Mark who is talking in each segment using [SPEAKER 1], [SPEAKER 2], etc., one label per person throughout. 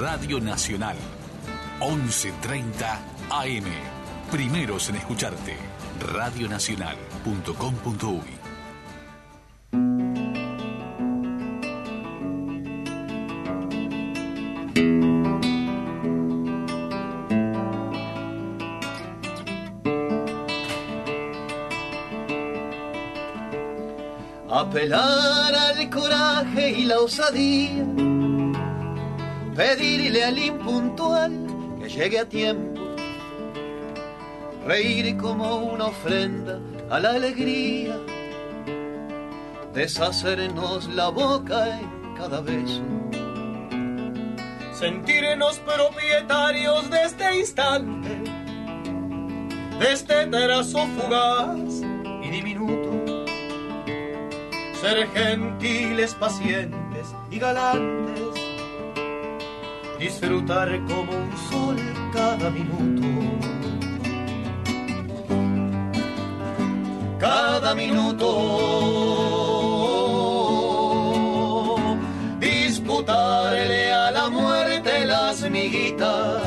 [SPEAKER 1] Radio Nacional. 11.30 AM. Primeros en escucharte. Radionacional.com.uy
[SPEAKER 2] apelar al coraje y la osadía, pedirle al impuntual que llegue a tiempo, reír como una ofrenda a la alegría, deshacernos la boca en cada beso.
[SPEAKER 3] Sentirnos propietarios de este instante, de este trazo fugaz y diminuto ser gentiles, pacientes y galantes, disfrutar como un sol cada minuto. Cada minuto, disputarle a la muerte las miguitas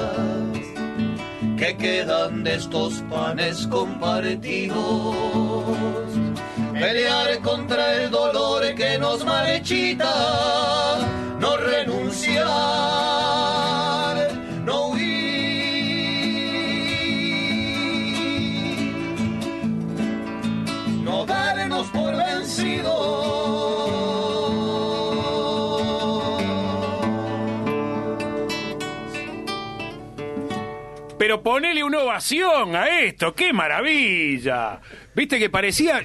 [SPEAKER 3] que quedan de estos panes compartidos pelear contra el dolor que nos marechita, no renunciar, no huir, no darnos por vencidos.
[SPEAKER 4] Pero ponele una ovación a esto, qué maravilla. Viste que parecía,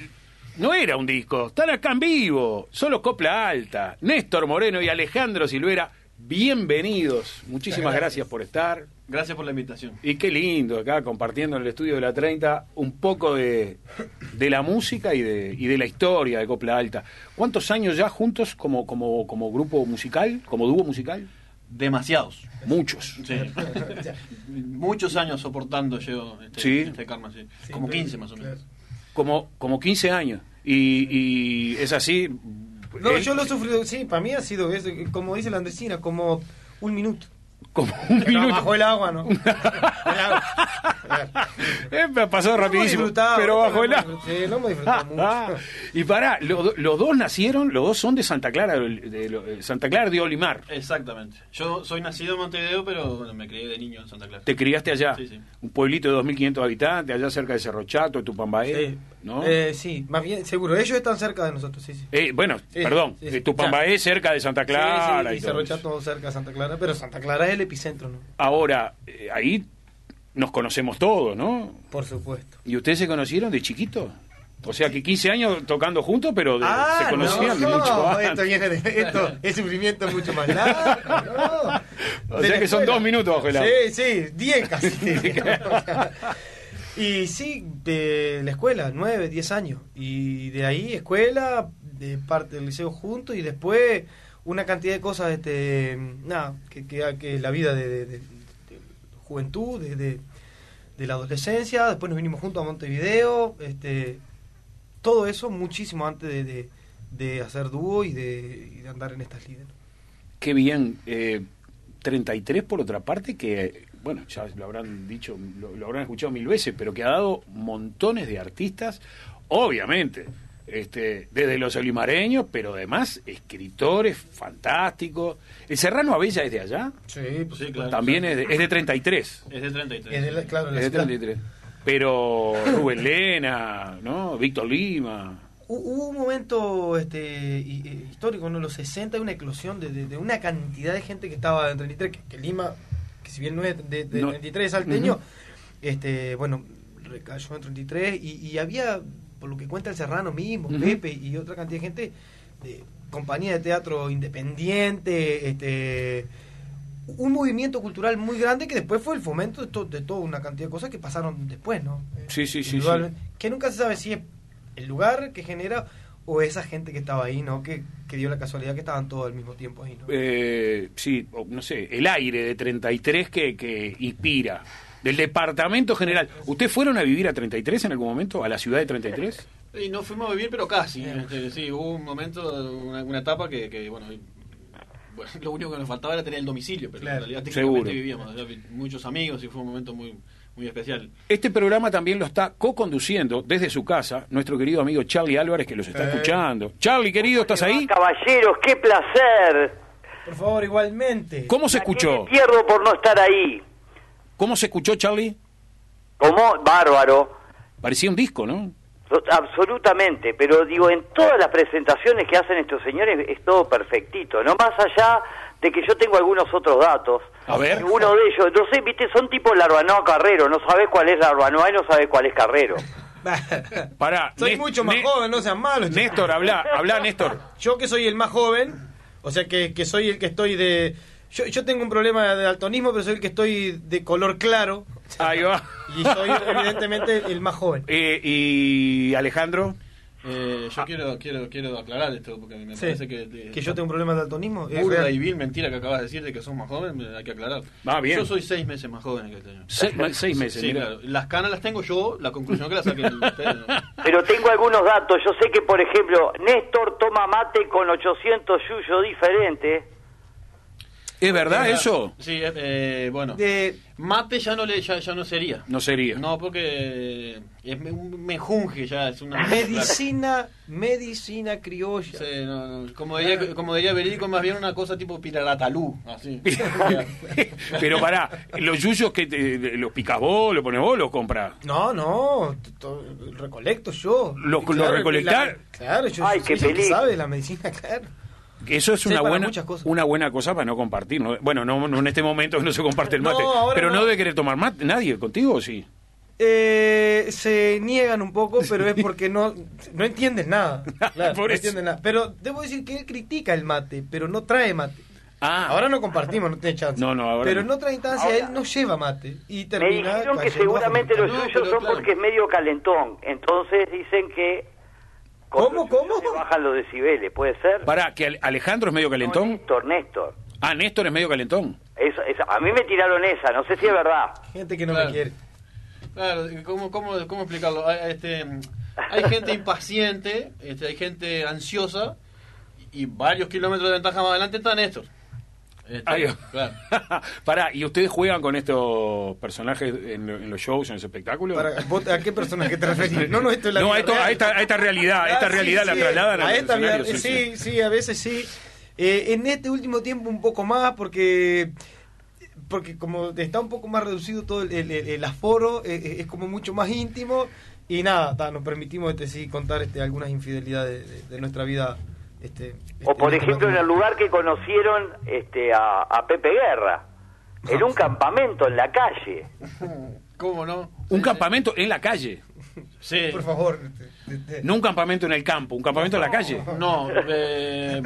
[SPEAKER 4] no era un disco, están acá en vivo, solo copla alta. Néstor Moreno y Alejandro Silvera, bienvenidos. Muchísimas gracias. gracias. por estar.
[SPEAKER 5] Gracias por la invitación.
[SPEAKER 4] Y qué lindo acá compartiendo en el estudio de la 30 un poco de, de la música y de, y de, la historia de Copla Alta. ¿Cuántos años ya juntos como, como, como grupo musical, como dúo musical?
[SPEAKER 5] Demasiados.
[SPEAKER 4] Muchos.
[SPEAKER 5] Sí. Muchos años soportando yo este,
[SPEAKER 4] ¿Sí?
[SPEAKER 5] este karma, sí. Como 15 más o menos. Claro
[SPEAKER 4] como, como 15 años. Y, y es así.
[SPEAKER 6] No, ¿eh? yo lo sufrí, sí, para mí ha sido, eso, como dice la Andresina, como un minuto.
[SPEAKER 4] Como un no, minuto.
[SPEAKER 6] Bajo el agua, ¿no? el agua.
[SPEAKER 4] Eh, Me ha pasado no rapidísimo. Pero bajo el agua.
[SPEAKER 6] Sí, no me disfrutado mucho. Ah,
[SPEAKER 4] y pará, lo, los dos nacieron, los dos son de Santa Clara, de, de, de, Santa Clara de Olimar.
[SPEAKER 5] Exactamente. Yo soy nacido en Montevideo, pero bueno, me crié de niño en Santa Clara.
[SPEAKER 4] ¿Te criaste allá?
[SPEAKER 5] Sí, sí.
[SPEAKER 4] Un pueblito de 2.500 habitantes, allá cerca de Cerro Chato, de Tupambaé.
[SPEAKER 6] Sí.
[SPEAKER 4] ¿no?
[SPEAKER 6] Eh, sí, más bien, seguro. Ellos están cerca de nosotros, sí, sí.
[SPEAKER 4] Eh, bueno,
[SPEAKER 6] sí,
[SPEAKER 4] perdón,
[SPEAKER 6] sí, sí.
[SPEAKER 4] Tupambaé cerca de Santa Clara.
[SPEAKER 6] y, y Cerro Chato cerca de Santa Clara, pero Santa Clara es el epicentro, ¿no?
[SPEAKER 4] Ahora, eh, ahí nos conocemos todos, ¿no?
[SPEAKER 6] Por supuesto.
[SPEAKER 4] ¿Y ustedes se conocieron de chiquitos? O sea que 15 años tocando juntos, pero de,
[SPEAKER 6] ah,
[SPEAKER 4] se conocían
[SPEAKER 6] no,
[SPEAKER 4] de mucho antes.
[SPEAKER 6] Esto, viene de, esto es sufrimiento mucho más largo.
[SPEAKER 4] No. O sea que escuela. son dos minutos bajo el agua.
[SPEAKER 6] Sí, sí, 10 casi. Y sí, de la escuela, 9, 10 años. Y de ahí escuela, de parte del liceo juntos y después una cantidad de cosas, este, nada, que, que, que la vida de, de, de, de juventud, de, la adolescencia, después nos vinimos juntos a Montevideo, este, todo eso muchísimo antes de, hacer dúo y de, y andar en estas líderes.
[SPEAKER 4] Qué bien, eh, 33 por otra parte que bueno, ya lo habrán dicho, lo, lo, habrán escuchado mil veces, pero que ha dado montones de artistas, obviamente, este, desde los olimareños, pero además escritores fantásticos. ¿El Serrano Abella es de allá?
[SPEAKER 6] Sí, pues sí, claro.
[SPEAKER 4] También es de, es de 33.
[SPEAKER 5] Es de 33.
[SPEAKER 6] Es de, claro,
[SPEAKER 4] es de 33. Pero Rubén Lena, ¿no? Víctor Lima.
[SPEAKER 6] Hubo un momento este, histórico, ¿no? Los 60, una eclosión de, de, de una cantidad de gente que estaba en 33, que, que Lima que si bien no es de, de no. 33 salteño, uh -huh. este, bueno, recayó en 33 y, y, había, por lo que cuenta el Serrano mismo, uh -huh. Pepe y otra cantidad de gente, de compañía de teatro independiente, este un movimiento cultural muy grande que después fue el fomento de, to, de toda una cantidad de cosas que pasaron después, ¿no?
[SPEAKER 4] Sí, sí, sí, sí,
[SPEAKER 6] Que nunca se sabe si es el lugar que genera o esa gente que estaba ahí, ¿no? Que, que, dio la casualidad que estaban todos al mismo tiempo ahí, ¿no?
[SPEAKER 4] Eh, sí, no sé, el aire de 33 que, que inspira, del departamento general. ¿Ustedes fueron a vivir a 33 en algún momento, a la ciudad de 33?
[SPEAKER 5] Y no fuimos a vivir, pero casi. Este, sí, hubo un momento, una, una etapa que, que, bueno, bueno, lo único que nos faltaba era tener el domicilio, pero
[SPEAKER 6] Claro.
[SPEAKER 5] en realidad técnicamente
[SPEAKER 4] Seguro.
[SPEAKER 5] vivíamos allá, vi- muchos amigos y fue un momento muy, muy especial.
[SPEAKER 4] Este programa también lo está co-conduciendo desde su casa nuestro querido amigo Charlie Álvarez, que los está escuchando. Charlie, querido, ¿estás ahí?
[SPEAKER 7] Caballeros, qué placer.
[SPEAKER 6] Por favor, igualmente.
[SPEAKER 4] ¿Cómo se
[SPEAKER 7] ¿A qué
[SPEAKER 4] escuchó?
[SPEAKER 7] me pierdo por no estar ahí.
[SPEAKER 4] ¿Cómo se escuchó, Charlie?
[SPEAKER 7] Como bárbaro.
[SPEAKER 4] Parecía un disco, ¿no?
[SPEAKER 7] So- Absolutamente, pero digo, en todas las presentaciones que hacen estos señores es todo perfectito, no más allá de que yo tengo algunos otros datos.
[SPEAKER 4] A ver.
[SPEAKER 7] Uno de ellos, no sé, viste, son tipo Larbanoa Carrero, no sabes cuál es Larbanoa y no sabes cuál es Carrero.
[SPEAKER 4] Pará.
[SPEAKER 6] soy
[SPEAKER 4] Né-
[SPEAKER 6] mucho más
[SPEAKER 4] Né-
[SPEAKER 6] joven, no sean malos. chicos.
[SPEAKER 4] Néstor, habla, habla, Néstor.
[SPEAKER 6] Yo que soy el más joven, o sea que, que soy el que estoy de... Yo, yo tengo un problema de daltonismo, pero soy el que estoy de color claro.
[SPEAKER 4] Ahí va.
[SPEAKER 6] Y soy evidentemente el más joven.
[SPEAKER 4] Eh, y Alejandro,
[SPEAKER 5] Eh,
[SPEAKER 4] Ah.
[SPEAKER 5] yo quiero, quiero, quiero aclarar esto porque me
[SPEAKER 6] Sí.
[SPEAKER 5] parece que,
[SPEAKER 6] que, yo tengo un problema de daltonismo. es
[SPEAKER 5] burda
[SPEAKER 6] real.
[SPEAKER 5] y vil mentira que acabas de decir de que sos más joven, me- hay que aclarar.
[SPEAKER 4] Ah, bien.
[SPEAKER 5] Yo soy seis meses más joven que este año.
[SPEAKER 4] se- seis meses.
[SPEAKER 5] Sí,
[SPEAKER 4] mirá.
[SPEAKER 5] claro. Las canas las tengo yo, la conclusión que la saqué ustedes. ¿no?
[SPEAKER 7] Pero tengo algunos datos, yo sé que, por ejemplo, Néstor toma mate con 800 yuyo diferentes.
[SPEAKER 4] ¿Es verdad eso?
[SPEAKER 5] Sí, eh, eh, bueno.
[SPEAKER 6] De-
[SPEAKER 5] Mate ya no le ya, ya no sería.
[SPEAKER 4] No sería.
[SPEAKER 5] No, porque es me- un mejunje ya, es una
[SPEAKER 6] Medicina, medicina criolla.
[SPEAKER 5] Sí, no, no, Como diría, como diría Verídico, más bien una cosa tipo piraratalú, así.
[SPEAKER 4] Pero pará, los yuyos que te- los picas vos, los pones vos, los compras.
[SPEAKER 6] No, no, t- t- recolecto yo.
[SPEAKER 4] ¿Lo-
[SPEAKER 6] Claro,
[SPEAKER 4] lo recolectás?
[SPEAKER 6] la- claro, yo,
[SPEAKER 7] Ay,
[SPEAKER 6] yo
[SPEAKER 7] qué
[SPEAKER 6] soy el que
[SPEAKER 7] peligro.
[SPEAKER 6] sabe la medicina, claro.
[SPEAKER 4] Eso es
[SPEAKER 6] Sí,
[SPEAKER 4] una
[SPEAKER 6] para
[SPEAKER 4] buena,
[SPEAKER 6] muchas cosas.
[SPEAKER 4] una buena cosa para no compartir. ¿no? Bueno, no, no en este momento que no se comparte el
[SPEAKER 6] No,
[SPEAKER 4] mate.
[SPEAKER 6] ahora
[SPEAKER 4] pero no.
[SPEAKER 6] no.
[SPEAKER 4] debe querer tomar mate nadie contigo, ¿o sí.
[SPEAKER 6] Eh, se niegan un poco, pero es porque no, no entienden nada. Claro,
[SPEAKER 4] Por
[SPEAKER 6] no
[SPEAKER 4] eso.
[SPEAKER 6] entienden nada. Pero debo decir que él critica el mate, pero no trae mate.
[SPEAKER 4] Ah,
[SPEAKER 6] Ahora no compartimos, no tiene chance.
[SPEAKER 4] No, no, ahora
[SPEAKER 6] pero
[SPEAKER 4] no.
[SPEAKER 6] en otra instancia
[SPEAKER 7] Ahora-
[SPEAKER 6] él no lleva mate. Y
[SPEAKER 7] Me
[SPEAKER 6] termina
[SPEAKER 7] dijeron que
[SPEAKER 6] cayendo
[SPEAKER 7] seguramente
[SPEAKER 6] a
[SPEAKER 7] los
[SPEAKER 6] fruta.
[SPEAKER 5] No,
[SPEAKER 7] suyos
[SPEAKER 5] pero
[SPEAKER 7] son
[SPEAKER 5] claro.
[SPEAKER 7] porque es medio calentón. Entonces dicen que. con
[SPEAKER 6] ¿Cómo,
[SPEAKER 7] los yuyos
[SPEAKER 6] cómo?
[SPEAKER 7] se bajan los decibeles, ¿puede ser?
[SPEAKER 4] Pará, que Ale- Alejandro es medio
[SPEAKER 7] No,
[SPEAKER 4] calentón.
[SPEAKER 7] Néstor, Néstor.
[SPEAKER 4] Ah, Néstor es medio calentón.
[SPEAKER 7] Eso- eso- a mí me tiraron esa, no sé si es verdad.
[SPEAKER 6] Gente que no
[SPEAKER 5] Claro.
[SPEAKER 6] me quiere.
[SPEAKER 5] Claro, ¿cómo, cómo, cómo explicarlo? Hay, este, hay gente impaciente, este, hay gente ansiosa y varios kilómetros de ventaja más adelante está Néstor. Este,
[SPEAKER 4] Ahí va.
[SPEAKER 5] claro.
[SPEAKER 4] Pará, ¿y ustedes juegan con estos personajes en, lo- en los shows, en los espectáculos?
[SPEAKER 6] Para- ¿vos- ¿A qué personaje te referís? No, no, esto es la
[SPEAKER 4] no, a,
[SPEAKER 6] vida
[SPEAKER 4] esto-
[SPEAKER 6] real.
[SPEAKER 4] a esta, a esta realidad, a esta
[SPEAKER 6] Ah, sí,
[SPEAKER 4] realidad la
[SPEAKER 6] sí,
[SPEAKER 4] trasladan
[SPEAKER 6] a
[SPEAKER 4] al
[SPEAKER 6] esta vida-
[SPEAKER 4] escenario, sí, sí.
[SPEAKER 6] sí, sí, a veces sí. Eh, en este último tiempo un poco más porque porque como está un poco más reducido todo el, el- el- el aforo, eh, eh, es como mucho más íntimo y nada, ta, nos permitimos este sí contar este, algunas infidelidades de, de- de nuestra vida. Este,
[SPEAKER 7] O
[SPEAKER 6] este,
[SPEAKER 7] por
[SPEAKER 6] no
[SPEAKER 7] ejemplo, en
[SPEAKER 6] tan-
[SPEAKER 7] el lugar que conocieron este, a, a Pepe Guerra, en
[SPEAKER 6] Ah,
[SPEAKER 7] un campamento en la calle.
[SPEAKER 5] ¿Cómo no?
[SPEAKER 4] Un
[SPEAKER 5] Sí,
[SPEAKER 4] campamento en la calle,
[SPEAKER 5] Sí.
[SPEAKER 6] Por favor. este, este,
[SPEAKER 4] no un campamento en el campo, un campamento en la calle.
[SPEAKER 5] No, eh,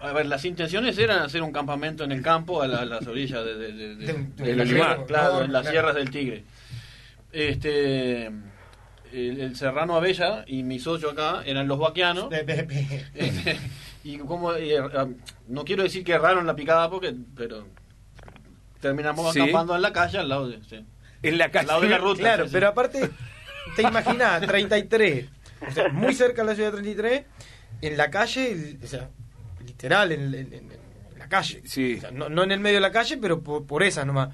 [SPEAKER 5] a ver, las intenciones eran hacer un campamento en el campo a, la- a las orillas de, de- de- de-
[SPEAKER 6] De-
[SPEAKER 5] de
[SPEAKER 4] del
[SPEAKER 5] la
[SPEAKER 4] Olimar.
[SPEAKER 5] sierra, claro, en las
[SPEAKER 6] Claro.
[SPEAKER 5] sierras del Tigre. Este, el, el serrano Abella y mis ocho acá eran los vaquianos.
[SPEAKER 6] de- de- de-
[SPEAKER 5] Este, y como eh, eh, no quiero decir que erraron la picada porque, pero terminamos
[SPEAKER 4] Sí.
[SPEAKER 5] acampando en la calle al lado de, sí.
[SPEAKER 4] En la
[SPEAKER 5] Al lado de la
[SPEAKER 4] calle.
[SPEAKER 5] ruta.
[SPEAKER 6] Claro,
[SPEAKER 5] sí, sí.
[SPEAKER 6] pero aparte, te imaginas, 33, o sea, muy cerca de la ciudad de 33, en la calle, el- o sea, literal, en, en- en- en la calle.
[SPEAKER 4] Sí.
[SPEAKER 6] O sea, no, no en el medio de la calle, pero por, por esa nomás.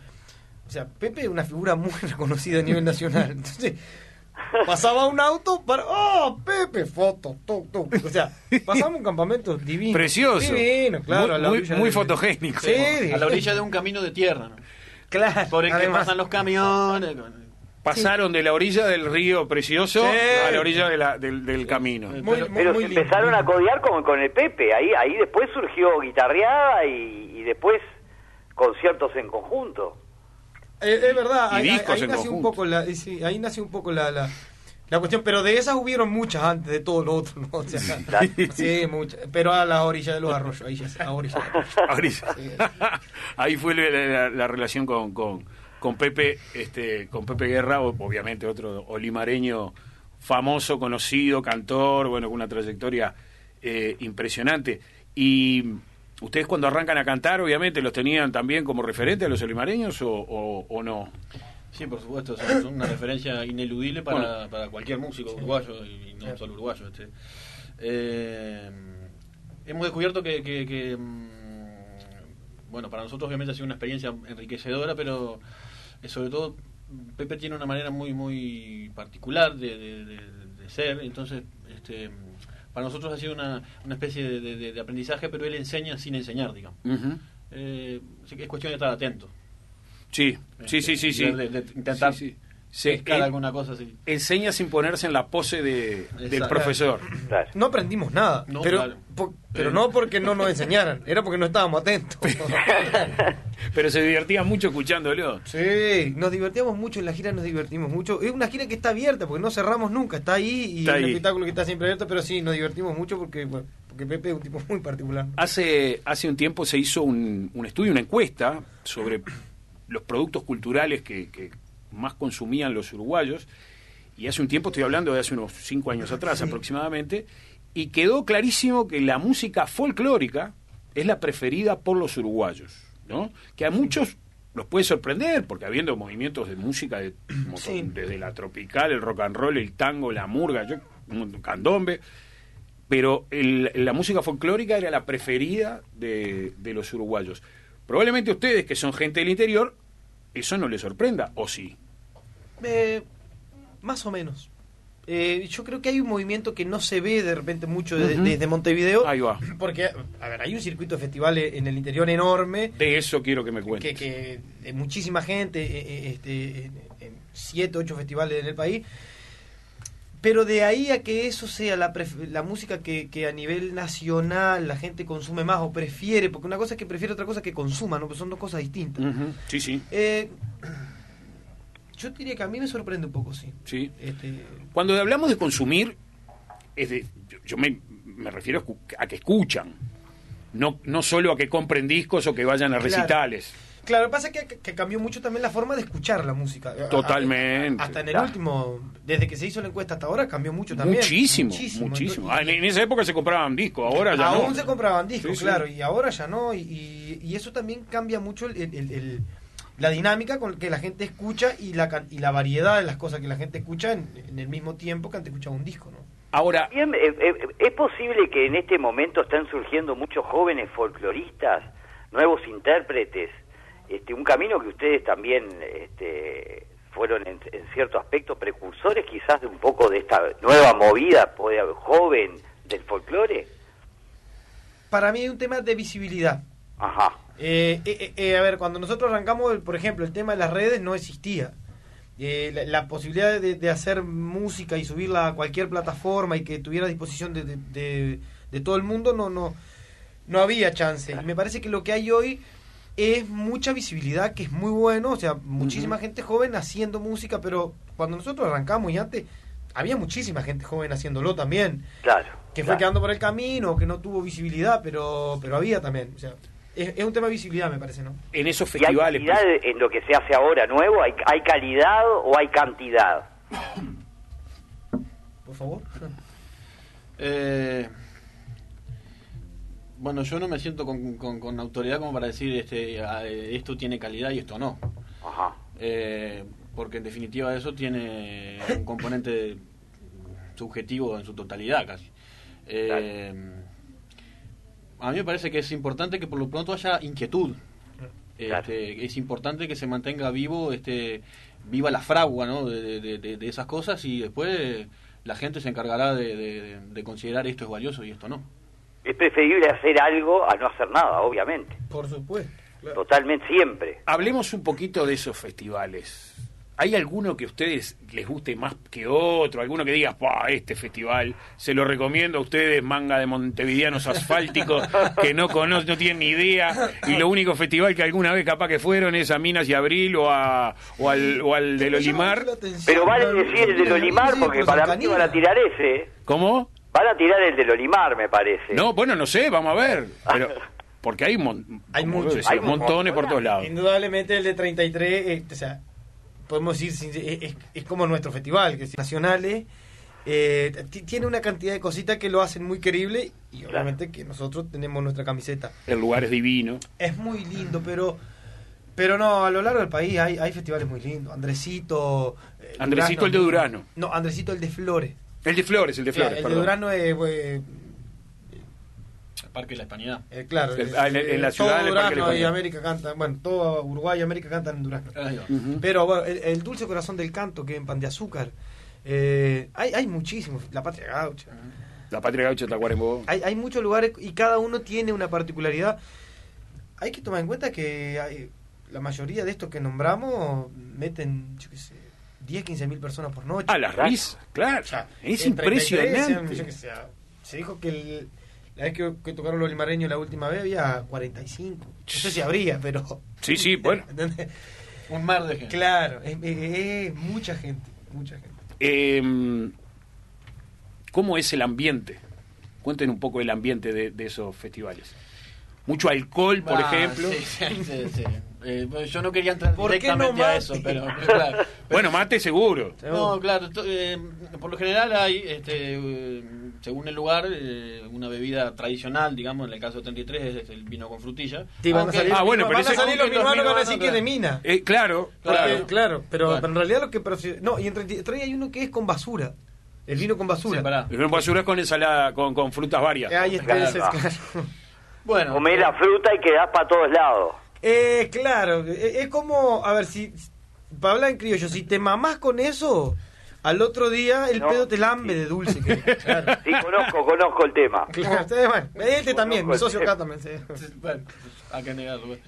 [SPEAKER 6] O sea, Pepe es una figura muy reconocida a nivel nacional. Entonces, pasaba un auto para. ¡Oh, Pepe! Foto, toc, toc. O sea, pasamos un campamento divino.
[SPEAKER 4] Precioso.
[SPEAKER 6] Divino, claro.
[SPEAKER 4] Muy-
[SPEAKER 6] a la
[SPEAKER 4] muy-
[SPEAKER 6] orilla
[SPEAKER 4] muy
[SPEAKER 6] del-
[SPEAKER 4] fotogénico.
[SPEAKER 6] Sí,
[SPEAKER 5] a la orilla de un camino de tierra, ¿no?
[SPEAKER 6] Claro.
[SPEAKER 5] Por el que
[SPEAKER 6] además.
[SPEAKER 5] pasan los camiones. con-
[SPEAKER 4] Pasaron de la orilla del río Precioso
[SPEAKER 6] Sí.
[SPEAKER 4] a la orilla de la- del, del camino.
[SPEAKER 6] Muy-
[SPEAKER 5] Pero-
[SPEAKER 6] muy-
[SPEAKER 7] Pero
[SPEAKER 6] muy
[SPEAKER 7] se
[SPEAKER 6] lindo.
[SPEAKER 7] empezaron a codear con, con el Pepe. Ahí, ahí después surgió guitarreada y, y después conciertos en conjunto.
[SPEAKER 6] Eh, es verdad,
[SPEAKER 4] Y
[SPEAKER 6] ahí,
[SPEAKER 4] discos
[SPEAKER 6] ahí- ahí
[SPEAKER 4] en
[SPEAKER 6] nació un
[SPEAKER 4] conjunto.
[SPEAKER 6] poco la, eh, sí, ahí nació un poco la, la, la cuestión, pero de esas hubieron muchas antes de todo lo otro, ¿no? O sea, sí, muchas, pero a las orillas de los arroyos, ahí ya, a orillas de los arroyos.
[SPEAKER 4] A orilla. Ahí fue la, la- la relación con, con, con Pepe este, con Pepe Guerra, o- obviamente otro olimareño famoso, conocido, cantor, bueno, con una trayectoria eh, impresionante. Y ustedes cuando arrancan a cantar, obviamente, ¿los tenían también como referente a los olimareños o, o- o no?
[SPEAKER 5] Sí, por supuesto, son, son una referencia ineludible para,
[SPEAKER 4] Bueno.
[SPEAKER 5] para cualquier músico uruguayo y no solo uruguayo. Este. Eh, hemos descubierto que, que- que, mm, bueno, para nosotros obviamente ha sido una experiencia enriquecedora, pero eh, sobre todo Pepe tiene una manera muy, muy particular de, de- de- de ser, entonces este, para nosotros ha sido una, una especie de, de- de aprendizaje, pero él enseña sin enseñar, digamos.
[SPEAKER 4] Ujú.
[SPEAKER 5] Eh, así que es cuestión de estar atento.
[SPEAKER 4] Sí, sí,
[SPEAKER 5] Este,
[SPEAKER 4] sí, sí.
[SPEAKER 5] y
[SPEAKER 4] sí.
[SPEAKER 5] de- de- de intentar
[SPEAKER 4] Sí, sí. eh, Se-
[SPEAKER 5] pescar
[SPEAKER 4] en-
[SPEAKER 5] alguna cosa así.
[SPEAKER 4] enseña sin ponerse en la pose de, del
[SPEAKER 5] Exacto.
[SPEAKER 4] profesor.
[SPEAKER 7] Claro.
[SPEAKER 6] No aprendimos nada,
[SPEAKER 5] No,
[SPEAKER 6] pero,
[SPEAKER 5] claro.
[SPEAKER 6] po- pero no porque no nos enseñaran, era porque no estábamos atentos.
[SPEAKER 4] Pero se divertía mucho escuchándolo.
[SPEAKER 6] Sí, nos divertíamos mucho en la gira, nos divertimos mucho. Es una gira que está abierta, porque no cerramos nunca, está ahí y
[SPEAKER 4] Está
[SPEAKER 6] es un
[SPEAKER 4] ahí.
[SPEAKER 6] espectáculo que está siempre abierto, pero sí, nos divertimos mucho porque, bueno, porque Pepe es un tipo muy particular.
[SPEAKER 4] Hace, hace un tiempo se hizo un, un estudio, una encuesta sobre los productos culturales que, que más consumían los uruguayos. Y hace un tiempo, estoy hablando de hace unos cinco años atrás aproximadamente, y quedó clarísimo que la música folclórica es la preferida por los uruguayos, ¿no? Que a muchos los puede sorprender, porque habiendo movimientos de música de un montón,
[SPEAKER 6] Sí.
[SPEAKER 4] desde la tropical, el rock and roll, el tango, la murga, yo, un candombe, pero el- la música folclórica era la preferida de, de los uruguayos. Probablemente ustedes, que son gente del interior, eso no les sorprenda, o sí.
[SPEAKER 6] Eh, más o menos. Eh, yo creo que hay un movimiento que no se ve de repente mucho desde,
[SPEAKER 4] Ujú.
[SPEAKER 6] desde Montevideo.
[SPEAKER 4] Ahí va.
[SPEAKER 6] Porque, a ver, hay un circuito de festivales en el interior enorme.
[SPEAKER 4] De eso quiero que me
[SPEAKER 6] que,
[SPEAKER 4] cuentes.
[SPEAKER 6] que de muchísima gente, eh, eh, este, en, en siete, ocho festivales en el país. Pero de ahí a que eso sea la, pref- la música que, que a nivel nacional la gente consume más o prefiere, porque una cosa es que prefiere, otra cosa es que consuma, ¿no? Pues son dos cosas distintas.
[SPEAKER 4] Ujú, Sí, sí,
[SPEAKER 6] Eh, yo diría que a mí me sorprende un poco, sí.
[SPEAKER 4] sí.
[SPEAKER 6] Este,
[SPEAKER 4] Cuando hablamos de consumir, es de, yo, yo me, me refiero a escu- a que escuchan, no, no solo a que compren discos o que vayan a
[SPEAKER 6] Claro.
[SPEAKER 4] recitales.
[SPEAKER 6] Claro, lo que pasa es que, que cambió mucho también la forma de escuchar la música. Eh,
[SPEAKER 4] Totalmente. Ah.
[SPEAKER 6] Hasta en el
[SPEAKER 4] Claro.
[SPEAKER 6] último, desde que se hizo la encuesta hasta ahora, cambió mucho también.
[SPEAKER 4] Muchísimo, muchísimo. Ah, en, en esa época se compraban discos, ahora ya
[SPEAKER 6] Aún
[SPEAKER 4] no.
[SPEAKER 6] se compraban discos,
[SPEAKER 4] Sí, sí.
[SPEAKER 6] claro, y ahora ya no. Y, y- y eso también cambia mucho el- el- el- el- la dinámica con que la gente escucha y la, can- y la variedad de las cosas que la gente escucha en, en el mismo tiempo que antes escuchaba un disco, ¿no?
[SPEAKER 4] Ahora,
[SPEAKER 7] Bien, eh, eh, ¿Es posible que en este momento están surgiendo muchos jóvenes folcloristas, nuevos intérpretes? Este, un camino que ustedes también este, fueron en, en cierto aspecto precursores quizás de un poco de esta nueva movida puede haber, joven del folclore.
[SPEAKER 6] Para mí es un tema de visibilidad.
[SPEAKER 7] Ajá,
[SPEAKER 6] Eh, eh, eh, eh, a ver, cuando nosotros arrancamos, el- por ejemplo, el tema de las redes no existía. Eh, la, la posibilidad de, de hacer música y subirla a cualquier plataforma y que tuviera a disposición de, de- de- de todo el mundo no, no, no había chance. Y me parece que lo que hay hoy es mucha visibilidad, que es muy bueno. O sea, muchísima gente joven haciendo música, pero cuando nosotros arrancamos y antes, había muchísima gente joven haciéndolo también
[SPEAKER 7] claro.
[SPEAKER 6] que fue
[SPEAKER 7] claro.
[SPEAKER 6] quedando por el camino, que no tuvo visibilidad, pero, pero había también. O sea, es, es un tema de visibilidad, me parece, ¿no?
[SPEAKER 4] en esos
[SPEAKER 7] ¿Y hay
[SPEAKER 4] festivales...
[SPEAKER 6] pues?
[SPEAKER 7] calidad en lo que se hace ahora nuevo? ¿Hay, hay calidad o hay cantidad?
[SPEAKER 6] Por favor.
[SPEAKER 5] Eh, bueno, yo no me siento con, con- con autoridad como para decir este, ah, eh, esto tiene calidad y esto no.
[SPEAKER 7] Ajá.
[SPEAKER 5] Eh, porque en definitiva eso tiene un componente subjetivo en su totalidad casi. Eh, A mí me parece que es importante que por lo pronto haya inquietud.
[SPEAKER 7] Claro.
[SPEAKER 5] Este, es importante que se mantenga vivo, este, viva la fragua ¿no? de, de- de- de esas cosas y después eh, la gente se encargará de, de- de considerar esto es valioso y esto no.
[SPEAKER 7] Es preferible hacer algo a no hacer nada, obviamente.
[SPEAKER 6] Por supuesto.
[SPEAKER 7] Totalmente siempre.
[SPEAKER 4] Hablemos un poquito de esos festivales. ¿Hay alguno que a ustedes les guste más que otro? ¿Alguno que digas, "Buah, este festival se lo recomiendo a ustedes, manga de montevideanos asfálticos que no conocen, no tienen ni idea? Y lo único festival que alguna vez capaz que fueron es a Minas y Abril o, a, o, al, o al del Olimar.
[SPEAKER 7] Pero vale decir el del Olimar porque para mí van a tirar ese. ¿eh?
[SPEAKER 4] ¿Cómo?
[SPEAKER 7] Van a tirar el del Olimar, me parece.
[SPEAKER 4] No, bueno, no sé, vamos a ver. Pero, porque hay, mon-
[SPEAKER 6] Hay
[SPEAKER 4] como
[SPEAKER 6] muchos.
[SPEAKER 4] decía,
[SPEAKER 7] Hay un
[SPEAKER 4] montones por todos lados.
[SPEAKER 6] Indudablemente el de 33, eh, o sea, podemos decir, sin- es, es- es como nuestro festival, que es nacionales. eh, t- tiene una cantidad de cositas que lo hacen muy querible y obviamente que nosotros tenemos nuestra camiseta.
[SPEAKER 4] El lugar es divino.
[SPEAKER 6] es muy lindo, pero pero no, a lo largo del país hay, hay festivales muy lindos. Andresito. eh,
[SPEAKER 4] Andresito, el de Durano.
[SPEAKER 6] No, Andresito el de Flores.
[SPEAKER 4] El de Flores, el de Flores,
[SPEAKER 6] el de
[SPEAKER 4] perdón.
[SPEAKER 6] Durano es. eh,
[SPEAKER 5] Parque de la Hispanidad.
[SPEAKER 6] Eh, claro,
[SPEAKER 4] El- ah, en- en la
[SPEAKER 6] eh,
[SPEAKER 4] ciudad, en
[SPEAKER 6] todo
[SPEAKER 4] el Parque
[SPEAKER 6] Durazno
[SPEAKER 4] del
[SPEAKER 6] y
[SPEAKER 4] Español.
[SPEAKER 6] América cantan, bueno, todo Uruguay y América cantan en Durazno.
[SPEAKER 5] Ahí va.
[SPEAKER 4] Ujú.
[SPEAKER 6] Pero bueno, el, el dulce corazón del canto que en pan de azúcar. eh, hay, hay muchísimos, la patria gaucha.
[SPEAKER 4] La patria gaucha Tacuarembó.
[SPEAKER 6] Hay, hay muchos lugares y cada uno tiene una particularidad. Hay que tomar en cuenta que hay- la mayoría de estos que nombramos meten, yo qué sé, 10, 15 mil personas por noche.
[SPEAKER 4] Ah, las risas, claro.
[SPEAKER 6] O sea,
[SPEAKER 4] es
[SPEAKER 6] en 33
[SPEAKER 4] impresionante.
[SPEAKER 6] sean, yo qué sé, se dijo que el- la vez que, que tocaron los limareños la última vez había 45. No sé si habría, pero...
[SPEAKER 4] Sí, sí, bueno.
[SPEAKER 6] ¿Entendés?
[SPEAKER 5] Un mar de gente.
[SPEAKER 6] Claro, es, es- es mucha gente, mucha gente.
[SPEAKER 4] Eh, ¿Cómo es el ambiente? Cuenten un poco el ambiente de, de esos festivales. Mucho alcohol, por
[SPEAKER 5] Ah,
[SPEAKER 4] ejemplo.
[SPEAKER 5] sí, sí, sí, sí. Eh, bueno, yo no quería entrar
[SPEAKER 6] ¿Por qué
[SPEAKER 5] directamente
[SPEAKER 6] no
[SPEAKER 5] a
[SPEAKER 6] mate?
[SPEAKER 5] eso, pero, pero claro. Pero-
[SPEAKER 4] Bueno, mate seguro.
[SPEAKER 5] No, claro. to- eh, por lo general hay, este, eh, según el lugar, eh, una bebida tradicional, digamos, en el caso de 33 es el vino con frutilla.
[SPEAKER 6] Sí, van a
[SPEAKER 5] Aunque-
[SPEAKER 6] salir,
[SPEAKER 4] Ah,
[SPEAKER 6] los
[SPEAKER 4] bueno,
[SPEAKER 6] mismos-
[SPEAKER 4] pero
[SPEAKER 6] van a
[SPEAKER 4] ese-
[SPEAKER 6] salir los
[SPEAKER 5] aunque los
[SPEAKER 6] mismanos y van a decir
[SPEAKER 5] mismanos,
[SPEAKER 6] que es de
[SPEAKER 5] claro.
[SPEAKER 6] mina.
[SPEAKER 4] Eh, claro,
[SPEAKER 6] Claro,
[SPEAKER 5] Claro.
[SPEAKER 6] claro, pero,
[SPEAKER 5] Claro.
[SPEAKER 6] pero en realidad lo que... perci- No, y entre 33 hay uno que es con basura. El vino con basura.
[SPEAKER 5] Separado.
[SPEAKER 4] El grupo basura es con ensalada, con, con frutas varias.
[SPEAKER 6] Eh, Ahí está
[SPEAKER 7] Claro.
[SPEAKER 6] ese, claro.
[SPEAKER 5] Bueno,
[SPEAKER 7] Comés la fruta y quedás para todos lados.
[SPEAKER 6] Eh, claro, eh, es como, a ver, si, para hablar en criollo, si te mamás con eso, al otro día el
[SPEAKER 7] No.
[SPEAKER 6] pedo te lambe de dulce. que- claro.
[SPEAKER 7] Sí, conozco, conozco el tema.
[SPEAKER 6] Claro, ustedes van. Este también, mi
[SPEAKER 5] pues,
[SPEAKER 6] socio
[SPEAKER 7] Conozco el
[SPEAKER 5] eh,
[SPEAKER 7] tema.
[SPEAKER 6] acá también. sí.
[SPEAKER 5] Bueno, pues, hay que negarlo. bueno.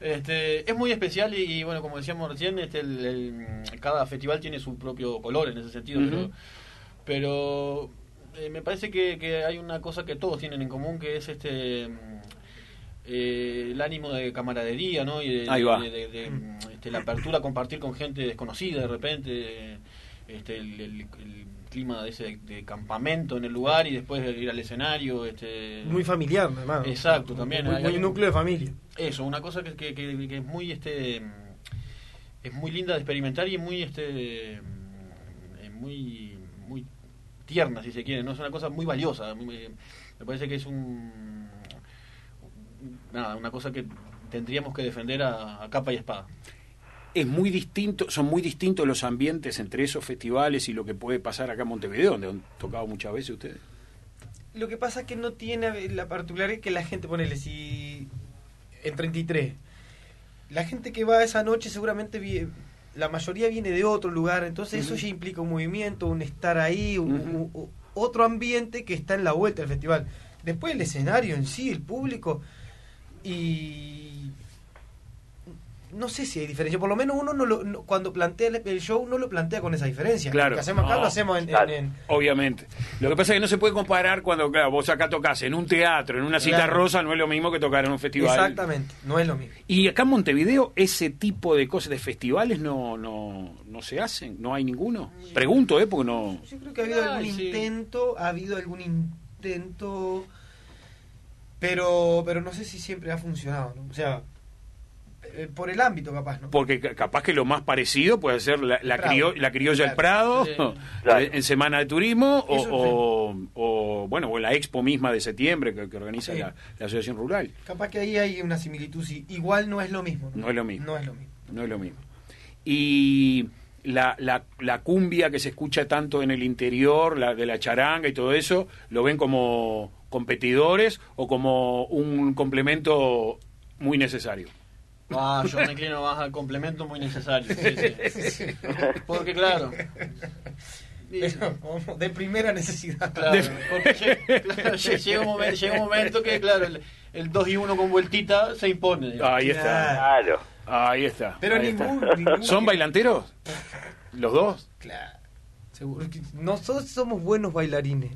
[SPEAKER 5] Este, es muy especial y, y, bueno, como decíamos recién, este, el- el- cada festival tiene su propio color en ese sentido,
[SPEAKER 4] Ujú.
[SPEAKER 5] pero, pero, eh, me parece que, que hay una cosa que todos tienen en común, que es este mm, eh, el ánimo de camaradería, ¿no? Y de,
[SPEAKER 4] Ahí va.
[SPEAKER 5] de- de- de, mm, este, la apertura a compartir con gente desconocida de repente, este, el, el- el clima de ese de campamento en el lugar y después ir al escenario, este,
[SPEAKER 6] Muy familiar, mi hermano.
[SPEAKER 5] Exacto, también
[SPEAKER 6] Muy,
[SPEAKER 5] hay-
[SPEAKER 6] muy
[SPEAKER 5] hay-
[SPEAKER 6] núcleo de familia.
[SPEAKER 5] eso, una cosa que, que- que- que es muy este mm, es muy linda de experimentar y muy este mm, eh, muy muy tierna si se quiere, no es una cosa muy valiosa, muy- me me parece que es un nada, una cosa que tendríamos que defender a, a capa y espada.
[SPEAKER 4] Es muy distinto, son muy distintos los ambientes entre esos festivales y lo que puede pasar acá en Montevideo, donde han tocado muchas veces ustedes.
[SPEAKER 6] Lo que pasa es que no tiene la particularidad que la gente, ponele, si en 33, la gente que va esa noche seguramente vi- la mayoría viene de otro lugar, entonces eso ya implica un movimiento, un estar ahí, un-
[SPEAKER 4] Ujú.
[SPEAKER 6] u- u- otro ambiente que está en la vuelta del festival. Después el escenario en sí, el público y no sé si hay diferencia, por lo menos uno no lo- no- cuando plantea el el show no lo plantea con esa diferencia.
[SPEAKER 4] Claro.
[SPEAKER 6] Lo que hacemos acá
[SPEAKER 4] No.
[SPEAKER 6] lo hacemos en- en-
[SPEAKER 7] Claro.
[SPEAKER 6] en,
[SPEAKER 4] Obviamente. Lo que pasa es que no se puede comparar cuando, claro, vos acá tocas en un teatro, en una cita
[SPEAKER 6] Claro.
[SPEAKER 4] rosa, no es lo mismo que tocar en un festival.
[SPEAKER 6] Exactamente, no es lo mismo.
[SPEAKER 4] Y acá en Montevideo ese tipo de cosas de festivales no no, no se hacen, no hay ninguno. Pregunto, eh, porque no.
[SPEAKER 6] Yo creo que ha habido
[SPEAKER 5] Ay,
[SPEAKER 6] algún
[SPEAKER 5] sí.
[SPEAKER 6] intento, ha habido algún intento, pero pero no sé si siempre ha funcionado, ¿no? O sea, eh, por el ámbito capaz, ¿no?
[SPEAKER 4] Porque ca- capaz que lo más parecido puede ser la, la,
[SPEAKER 6] Prado.
[SPEAKER 4] crio- la criolla del Prado,
[SPEAKER 5] Claro. Sí.
[SPEAKER 7] Claro.
[SPEAKER 4] en Semana de Turismo, o,
[SPEAKER 6] Eso sí.
[SPEAKER 4] o, o, bueno, o la expo misma de septiembre que, que organiza
[SPEAKER 6] Sí.
[SPEAKER 4] la, la Asociación Rural.
[SPEAKER 6] Capaz que ahí hay una similitud, sí. Igual no es lo mismo, ¿no?
[SPEAKER 4] No es lo mismo.
[SPEAKER 6] No es lo mismo.
[SPEAKER 4] No es lo mismo. Y la, la, la cumbia que se escucha tanto en el interior, la de la charanga y todo eso, ¿lo ven como competidores o como un complemento muy necesario?
[SPEAKER 5] Ah, yo me inclino más al complemento muy necesario. sí, sí. Porque claro. y-
[SPEAKER 6] Pero, como de primera necesidad.
[SPEAKER 5] Claro, porque lle- claro, lle- llega, un momen- llega un momento que, claro, el, 2 y 1 con vueltita se impone. digamos.
[SPEAKER 4] Ahí está,
[SPEAKER 7] Claro.
[SPEAKER 4] ahí está.
[SPEAKER 6] Pero
[SPEAKER 4] ahí está.
[SPEAKER 6] ningún, ningún-
[SPEAKER 4] ¿Son bailanteros? ¿Los dos?
[SPEAKER 6] Claro. Seguro que nosotros somos buenos bailarines,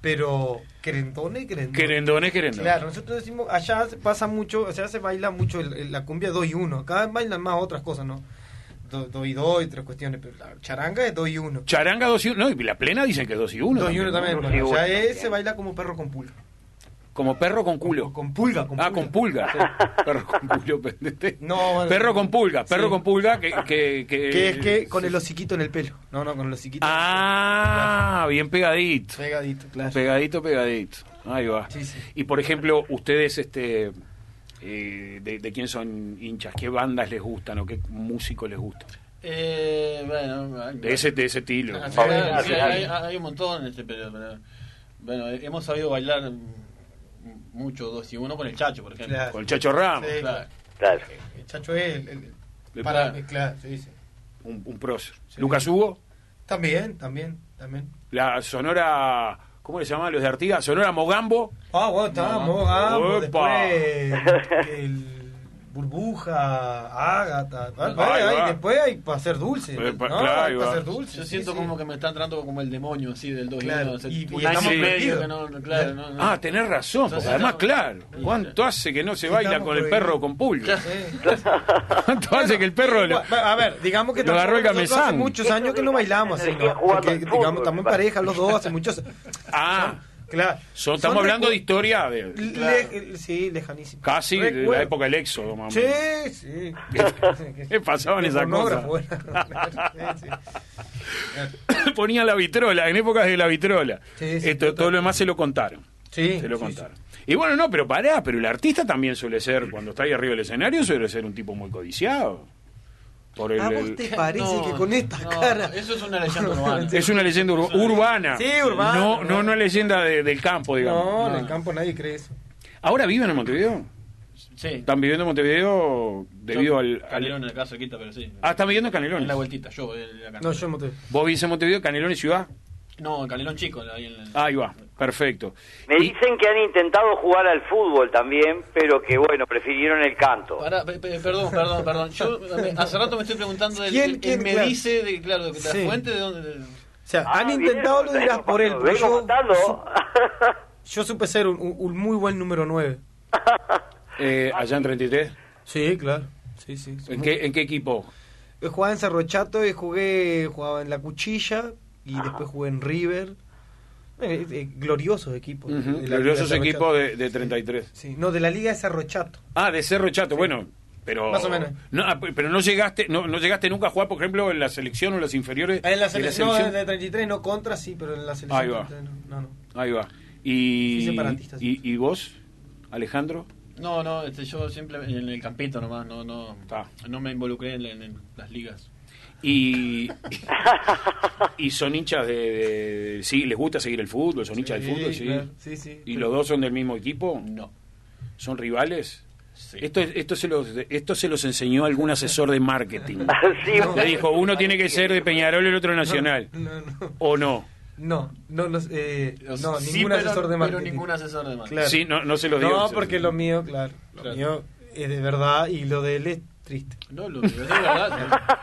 [SPEAKER 6] pero querentones, querendones.
[SPEAKER 4] Querendones, querendones.
[SPEAKER 6] Claro, nosotros decimos, allá se pasa mucho, allá se baila mucho el- el- la cumbia 2 y 1. Acá bailan más otras cosas, ¿no? 2 y 2 y tres cuestiones, pero la charanga es 2 y 1.
[SPEAKER 4] Charanga 2 y 1, no, y la plena dicen que es 2 y 1.
[SPEAKER 6] 2 y 1 también,
[SPEAKER 7] Dos
[SPEAKER 6] pero
[SPEAKER 7] y uno
[SPEAKER 6] allá es-
[SPEAKER 7] también.
[SPEAKER 6] se baila como perro con pulga.
[SPEAKER 4] Como perro con culo.
[SPEAKER 6] O Con pulga, con
[SPEAKER 4] ah, con pulga. sí. Perro con culo. pendiente.
[SPEAKER 6] No, bueno.
[SPEAKER 4] perro con pulga. Perro
[SPEAKER 6] Sí.
[SPEAKER 4] con pulga que... que, que-
[SPEAKER 6] Que es que con el hociquito en el pelo. No, no, con el hociquito. en el
[SPEAKER 4] Ah, bien pegadito.
[SPEAKER 6] pelo. Pegadito, claro.
[SPEAKER 4] Pegadito, pegadito. Ahí va.
[SPEAKER 6] Sí, sí.
[SPEAKER 4] Y por ejemplo, ustedes, este... eh, de, de quién son hinchas? ¿Qué bandas les gustan o qué músicos les gustan?
[SPEAKER 5] Eh, bueno, hay-
[SPEAKER 4] De ese, de ese estilo.
[SPEAKER 5] Ah, sí,
[SPEAKER 7] Pablo
[SPEAKER 5] hay,
[SPEAKER 7] Nacional.
[SPEAKER 5] hay- hay un montón, este, pero, pero- bueno, eh, hemos sabido bailar mm, mucho dos y uno con el Chacho, por ejemplo.
[SPEAKER 6] Claro.
[SPEAKER 4] Con el Chacho Ramos.
[SPEAKER 6] Sí.
[SPEAKER 5] Claro.
[SPEAKER 7] Claro.
[SPEAKER 6] El Chacho es el, el-
[SPEAKER 4] Le-
[SPEAKER 6] para
[SPEAKER 5] para-
[SPEAKER 6] mezclar, se dice.
[SPEAKER 4] Un, un prócer.
[SPEAKER 6] Sí.
[SPEAKER 4] Lucas Hugo,
[SPEAKER 6] También, también, también.
[SPEAKER 4] la Sonora. ¿Cómo le llamaban los de Artigas? Sonora Mogambo.
[SPEAKER 6] Ah, bueno, estábamos, ah, bueno,
[SPEAKER 4] Opa.
[SPEAKER 6] después el Burbuja, Ágata, ah,
[SPEAKER 5] Ahí
[SPEAKER 6] vaya,
[SPEAKER 4] va.
[SPEAKER 6] ahí después hay para hacer dulce,
[SPEAKER 4] Eh, pa-
[SPEAKER 6] ¿no?
[SPEAKER 4] claro, ahí
[SPEAKER 6] hay para
[SPEAKER 4] va.
[SPEAKER 6] hacer dulce.
[SPEAKER 5] Yo
[SPEAKER 6] sí,
[SPEAKER 5] siento
[SPEAKER 6] sí.
[SPEAKER 5] como que me está entrando como el demonio, así, del 2
[SPEAKER 6] Claro,
[SPEAKER 5] y 1.
[SPEAKER 6] y- y
[SPEAKER 4] estamos
[SPEAKER 5] medio
[SPEAKER 6] perdidos.
[SPEAKER 5] que no, no, claro, no, no.
[SPEAKER 4] Ah, tenés razón, porque
[SPEAKER 5] Entonces,
[SPEAKER 4] además,
[SPEAKER 5] no.
[SPEAKER 4] claro, ¿cuánto hace que no se baila
[SPEAKER 6] Estamos
[SPEAKER 4] con el
[SPEAKER 6] prohibidos.
[SPEAKER 4] perro con pulga?
[SPEAKER 6] Sí.
[SPEAKER 4] ¿Cuánto hace que el perro lo-
[SPEAKER 6] Bueno, A ver, digamos que
[SPEAKER 4] Lo agarró el
[SPEAKER 6] tampoco nosotros hace
[SPEAKER 4] gamezán.
[SPEAKER 6] muchos años que no bailamos así, ¿no?
[SPEAKER 7] Jugando
[SPEAKER 6] Porque,
[SPEAKER 7] al fútbol,
[SPEAKER 6] digamos, estamos en
[SPEAKER 7] vale.
[SPEAKER 6] pareja los dos hace muchos
[SPEAKER 4] Ah,
[SPEAKER 6] Claro.
[SPEAKER 4] so-
[SPEAKER 6] Son
[SPEAKER 4] estamos hablando
[SPEAKER 6] recu-
[SPEAKER 4] de historia de
[SPEAKER 6] le- Sí, lejanísimo.
[SPEAKER 4] casi de
[SPEAKER 6] Recuerdo.
[SPEAKER 4] la época del éxodo, mamá.
[SPEAKER 6] Sí, sí.
[SPEAKER 4] ¿Qué pasaban esas
[SPEAKER 6] Pornógrafo,
[SPEAKER 4] cosas?
[SPEAKER 6] bueno. Sí, sí.
[SPEAKER 4] Ponían la vitrola, en épocas de la vitrola.
[SPEAKER 6] Sí, sí,
[SPEAKER 4] Esto,
[SPEAKER 6] total.
[SPEAKER 4] todo lo demás se lo contaron.
[SPEAKER 6] Sí,
[SPEAKER 4] se lo
[SPEAKER 6] sí,
[SPEAKER 4] contaron. Y bueno, no, pero pará, pero el artista también suele ser, cuando está ahí arriba del escenario, suele ser un tipo muy codiciado. Por el-
[SPEAKER 6] ¿A Ah, vos
[SPEAKER 4] el-
[SPEAKER 6] te parece que con esta
[SPEAKER 5] no,
[SPEAKER 6] cara?
[SPEAKER 5] Eso es una leyenda urbana.
[SPEAKER 4] Es una leyenda ur- urbana.
[SPEAKER 6] Sí, urbana,
[SPEAKER 4] No, no
[SPEAKER 6] ¿no?
[SPEAKER 4] una leyenda de- del campo, digamos.
[SPEAKER 6] No, en el campo nadie cree eso.
[SPEAKER 4] ¿Ahora viven en Montevideo?
[SPEAKER 5] Sí.
[SPEAKER 4] ¿Están viviendo en Montevideo debido
[SPEAKER 5] Yo-
[SPEAKER 4] al, al-
[SPEAKER 5] Calderón en la casa quita, pero sí.
[SPEAKER 4] Ah, están viviendo en Canelones.
[SPEAKER 5] En la vueltita, yo. en la casa.
[SPEAKER 6] No, yo no te...
[SPEAKER 4] ¿Vos vivís en Montevideo, Canelones ciudad?
[SPEAKER 5] No, Calderón chico. Ahí en
[SPEAKER 6] Ah,
[SPEAKER 5] la-
[SPEAKER 4] Ahí va, perfecto.
[SPEAKER 7] Me
[SPEAKER 4] Y-
[SPEAKER 7] dicen que han intentado jugar al fútbol también, pero que bueno, prefirieron el canto.
[SPEAKER 5] Pará, pe- pe- perdón, perdón, perdón. Yo me- hace rato me estoy preguntando. El,
[SPEAKER 6] ¿Quién-
[SPEAKER 5] el-
[SPEAKER 6] quién,
[SPEAKER 5] me
[SPEAKER 6] claro?
[SPEAKER 5] dice, de, claro, de la
[SPEAKER 6] Sí.
[SPEAKER 5] fuente de dónde. de-
[SPEAKER 6] O sea,
[SPEAKER 7] Ah,
[SPEAKER 6] han
[SPEAKER 7] bien,
[SPEAKER 6] intentado lo
[SPEAKER 7] bueno,
[SPEAKER 6] dirás por él. pero
[SPEAKER 7] vengo
[SPEAKER 6] Yo,
[SPEAKER 7] contando.
[SPEAKER 6] yo supe ser un, un- un muy buen número 9.
[SPEAKER 4] eh, allá en 33,
[SPEAKER 6] Sí, claro. Sí, sí.
[SPEAKER 4] ¿en qué, en qué equipo?
[SPEAKER 6] Yo Jugaba en Cerrochato y jugué, jugaba en La Cuchilla y después jugué en River. Eh, eh, gloriosos equipos. de-
[SPEAKER 4] Ujú,
[SPEAKER 6] de la Liga de
[SPEAKER 4] Gloriosos
[SPEAKER 6] Cerro
[SPEAKER 4] equipos
[SPEAKER 6] Chato.
[SPEAKER 4] de, de 33.
[SPEAKER 6] Sí, no, de la Liga de Cerrochato.
[SPEAKER 4] Ah, de Cerro Chato, bueno. Pero,
[SPEAKER 6] Más o menos.
[SPEAKER 4] No, ah, pero no llegaste no, no llegaste nunca a jugar, por ejemplo, en la selección o en las inferiores.
[SPEAKER 6] Ah, En la
[SPEAKER 4] de
[SPEAKER 6] selección, no, de 33, no contra, sí, pero en la selección.
[SPEAKER 4] Ahí va.
[SPEAKER 6] 33 No, no. no.
[SPEAKER 4] Ahí va. Y,
[SPEAKER 6] Sí, separatistas.
[SPEAKER 4] y, y vos, Alejandro?
[SPEAKER 5] No, no, este, yo siempre en el campito nomás. No, no,
[SPEAKER 4] Ah.
[SPEAKER 5] no me involucré en, en- en las ligas.
[SPEAKER 4] Y, y son hinchas de, de- Sí, les gusta seguir el fútbol, son hinchas del fútbol, sí.
[SPEAKER 6] claro, sí, sí.
[SPEAKER 4] ¿Y los dos son del mismo equipo?
[SPEAKER 5] No.
[SPEAKER 4] ¿Son rivales?
[SPEAKER 5] Sí.
[SPEAKER 4] Esto, esto, se los, esto se los enseñó algún asesor de marketing.
[SPEAKER 7] Sí,
[SPEAKER 4] Le dijo, uno tiene que ser de Peñarol y el otro Nacional.
[SPEAKER 6] No, no.
[SPEAKER 4] ¿O no?
[SPEAKER 6] No, no, los, eh,
[SPEAKER 5] Los-
[SPEAKER 6] no
[SPEAKER 5] sí,
[SPEAKER 6] ningún
[SPEAKER 5] pero-
[SPEAKER 6] asesor de marketing.
[SPEAKER 5] Pero ningún asesor de marketing.
[SPEAKER 6] Claro.
[SPEAKER 4] Sí, no, no se los dio.
[SPEAKER 6] No, porque lo mío, claro, lo
[SPEAKER 5] Claro.
[SPEAKER 6] mío es de verdad y lo de él es triste.
[SPEAKER 5] No, lo digo, es verdad.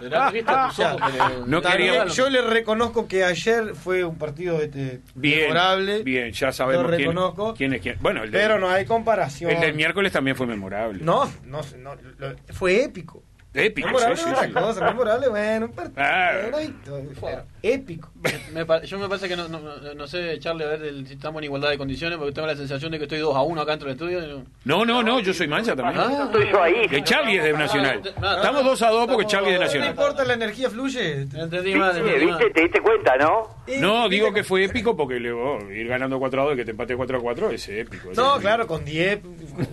[SPEAKER 5] Será triste a tus ojos, pero-
[SPEAKER 4] No
[SPEAKER 5] Tal
[SPEAKER 4] quería-
[SPEAKER 5] vez
[SPEAKER 6] Yo le reconozco que ayer fue un partido este,
[SPEAKER 4] Bien,
[SPEAKER 6] memorable,
[SPEAKER 4] bien, ya sabemos
[SPEAKER 6] Lo
[SPEAKER 4] quién-
[SPEAKER 6] reconozco.
[SPEAKER 4] quién, es quién. Bueno, el, de-
[SPEAKER 6] pero no hay comparación.
[SPEAKER 4] el del miércoles también fue memorable.
[SPEAKER 6] No, no, no, lo- fue épico.
[SPEAKER 4] Épico,
[SPEAKER 6] memorable
[SPEAKER 4] sí,
[SPEAKER 6] es
[SPEAKER 4] sí,
[SPEAKER 6] otra
[SPEAKER 4] sí.
[SPEAKER 6] cosa, memorable, bueno, un partido,
[SPEAKER 4] Ah.
[SPEAKER 6] una victoria, épico.
[SPEAKER 5] Me pa- yo me parece que no, no, no- no sé, Charlie, a ver el- si estamos en igualdad de condiciones, porque tengo la sensación de que estoy 2 a 1 acá dentro del estudio. y no-
[SPEAKER 4] No, no, no, yo soy mancha también.
[SPEAKER 5] Ah.
[SPEAKER 7] No estoy yo ahí.
[SPEAKER 4] El Charlie es de Nacional.
[SPEAKER 5] No, no, no.
[SPEAKER 4] Estamos 2 a 2 porque
[SPEAKER 5] Estamos
[SPEAKER 4] Charlie es de
[SPEAKER 5] dos a dos.
[SPEAKER 6] No
[SPEAKER 4] Nacional.
[SPEAKER 6] importa, la energía fluye.
[SPEAKER 5] No entendí mal.
[SPEAKER 7] ¿Viste?
[SPEAKER 5] entendí mal.
[SPEAKER 7] ¿Viste? ¿Te diste cuenta, no?
[SPEAKER 4] No, digo que fue épico porque le oh, ir ganando 4 a 2 y que te empate 4 a 4 es épico.
[SPEAKER 6] No, claro, con 10,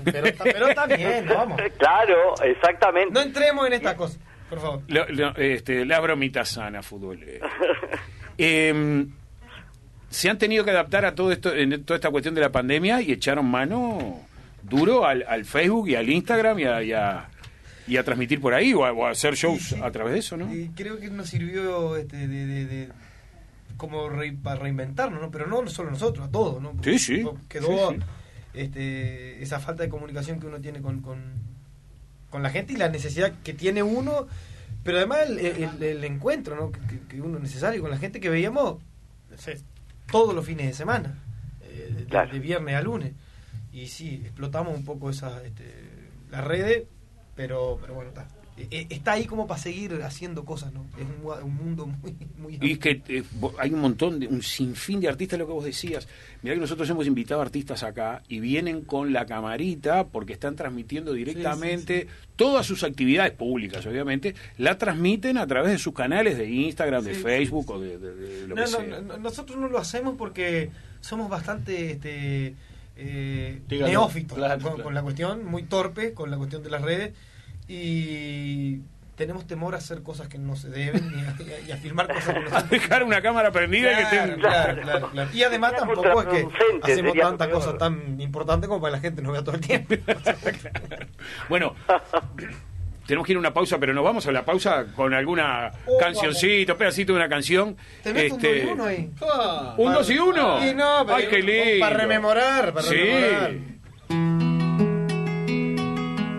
[SPEAKER 6] pero, está- pero está bien, vamos.
[SPEAKER 7] Claro, exactamente.
[SPEAKER 6] No entremos en esta cosa, por favor.
[SPEAKER 4] Lo- lo- este, la bromita sana, fútbol. eh. Em, se han tenido que adaptar a todo esto, en toda esta cuestión de la pandemia y echaron mano duro al, al Facebook y al Instagram y a, y a- y a transmitir por ahí o a, o a hacer shows a través de eso, ¿no?
[SPEAKER 6] Y creo que nos sirvió este, de, de- de- como re- para reinventarnos, ¿no? Pero no solo nosotros, a todos, ¿no?
[SPEAKER 4] Sí, sí.
[SPEAKER 6] Quedó
[SPEAKER 4] Sí, sí.
[SPEAKER 6] Este, esa falta de comunicación que uno tiene con, con, con la gente y la necesidad que tiene uno, pero además el, el- el encuentro, ¿no? Que, que- que uno es necesario con la gente que veíamos no sé, todos los fines de semana, eh, de,
[SPEAKER 7] Claro.
[SPEAKER 6] de viernes a lunes. Y sí, explotamos un poco esas, este, las redes, pero, pero bueno, está. E- e- Está ahí como para seguir haciendo cosas, ¿no? Es un, gua- un mundo muy... muy
[SPEAKER 4] Y es que eh, bo- hay un montón, de, un sinfín de artistas, lo que vos decías. Mirá que nosotros hemos invitado artistas acá y vienen con la camarita porque están transmitiendo directamente todas sus actividades públicas, obviamente, la transmiten a través de sus canales de Instagram, de
[SPEAKER 6] Sí,
[SPEAKER 4] Facebook o de, de- de
[SPEAKER 6] No,
[SPEAKER 4] lo que
[SPEAKER 6] no,
[SPEAKER 4] sea.
[SPEAKER 6] no, nosotros no lo hacemos porque somos bastante este, eh,
[SPEAKER 5] Dígalo.
[SPEAKER 6] neófitos
[SPEAKER 5] Claro,
[SPEAKER 6] con,
[SPEAKER 5] claro.
[SPEAKER 6] con la cuestión, muy torpes con la cuestión de las redes. Y
[SPEAKER 8] tenemos temor a hacer cosas que no se deben y a, y a- y a filmar cosas que no
[SPEAKER 4] A
[SPEAKER 8] se deben.
[SPEAKER 4] dejar una cámara prendida y que
[SPEAKER 8] Claro,
[SPEAKER 4] estén-
[SPEAKER 8] claro, claro, claro. Y además
[SPEAKER 7] Sería
[SPEAKER 8] tampoco es que
[SPEAKER 7] contraproducente,
[SPEAKER 8] hacemos
[SPEAKER 7] sería lo
[SPEAKER 8] tanta
[SPEAKER 7] peor.
[SPEAKER 8] cosa tan importante como para que la gente nos vea todo el tiempo.
[SPEAKER 4] Bueno, tenemos que ir a una pausa, pero nos vamos a la pausa con alguna
[SPEAKER 6] Uh,
[SPEAKER 8] Oh,
[SPEAKER 4] cancioncito, pedacito de una canción.
[SPEAKER 8] Te meto un
[SPEAKER 4] Este,
[SPEAKER 8] dos y uno ahí.
[SPEAKER 5] Ah,
[SPEAKER 4] Un dos y uno.
[SPEAKER 8] Y no, pero
[SPEAKER 4] Ay, qué lindo.
[SPEAKER 8] Para rememorar, para
[SPEAKER 4] Sí.
[SPEAKER 8] rememorar.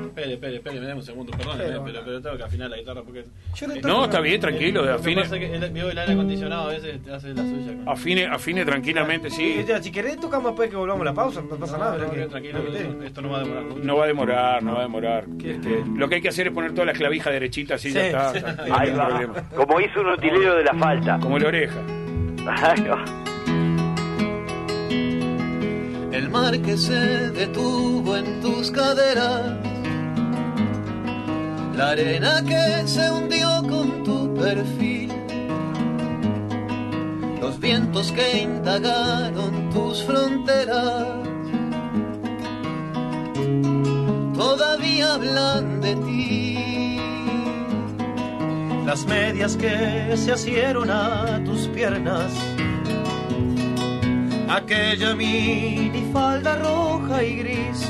[SPEAKER 5] Espere, espere, espere, me dame un segundo, perdón,
[SPEAKER 8] Pero-
[SPEAKER 5] pero, pero, tengo que afinar la guitarra porque.
[SPEAKER 8] Yo te
[SPEAKER 5] Eh,
[SPEAKER 8] toco
[SPEAKER 4] No,
[SPEAKER 8] una-
[SPEAKER 4] está bien, tranquilo,
[SPEAKER 5] Lo que
[SPEAKER 4] afine,
[SPEAKER 5] pasa es que el, veo el aire acondicionado a veces te hace la suya. con-
[SPEAKER 4] afine, afine tranquilamente, sí.
[SPEAKER 8] Y ya, Si querés tocamos después que volvamos a la pausa, no pasa nada.
[SPEAKER 5] No,
[SPEAKER 8] pero
[SPEAKER 5] no,
[SPEAKER 8] es que-
[SPEAKER 5] tranquilo, que esto- esto no va a demorar mucho.
[SPEAKER 4] Ah, No va a demorar, no va a demorar.
[SPEAKER 8] ¿Qué?
[SPEAKER 4] Este, lo que hay que hacer es poner toda la clavija derechita, así
[SPEAKER 8] Sí,
[SPEAKER 4] ya está.
[SPEAKER 8] sí.
[SPEAKER 4] tranquilo,
[SPEAKER 7] Ahí
[SPEAKER 4] no hay
[SPEAKER 7] va.
[SPEAKER 4] problema.
[SPEAKER 7] Como hizo un utilero de la falta.
[SPEAKER 4] Como la oreja.
[SPEAKER 7] Ahí va.
[SPEAKER 6] El mar que se detuvo en tus caderas, la arena que se hundió con tu perfil, los vientos que indagaron tus fronteras, todavía hablan de ti. Las medias que se asieron a tus piernas aquella minifalda roja y gris.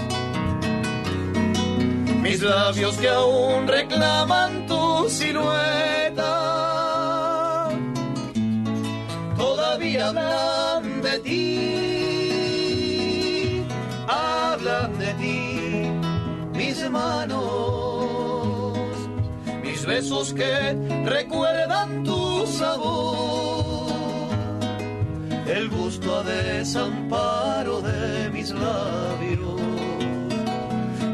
[SPEAKER 6] Mis labios que aún reclaman tu silueta, todavía hablan de ti, hablan de ti, mis manos, mis besos que recuerdan tu sabor el gusto a desamparo de mis labios,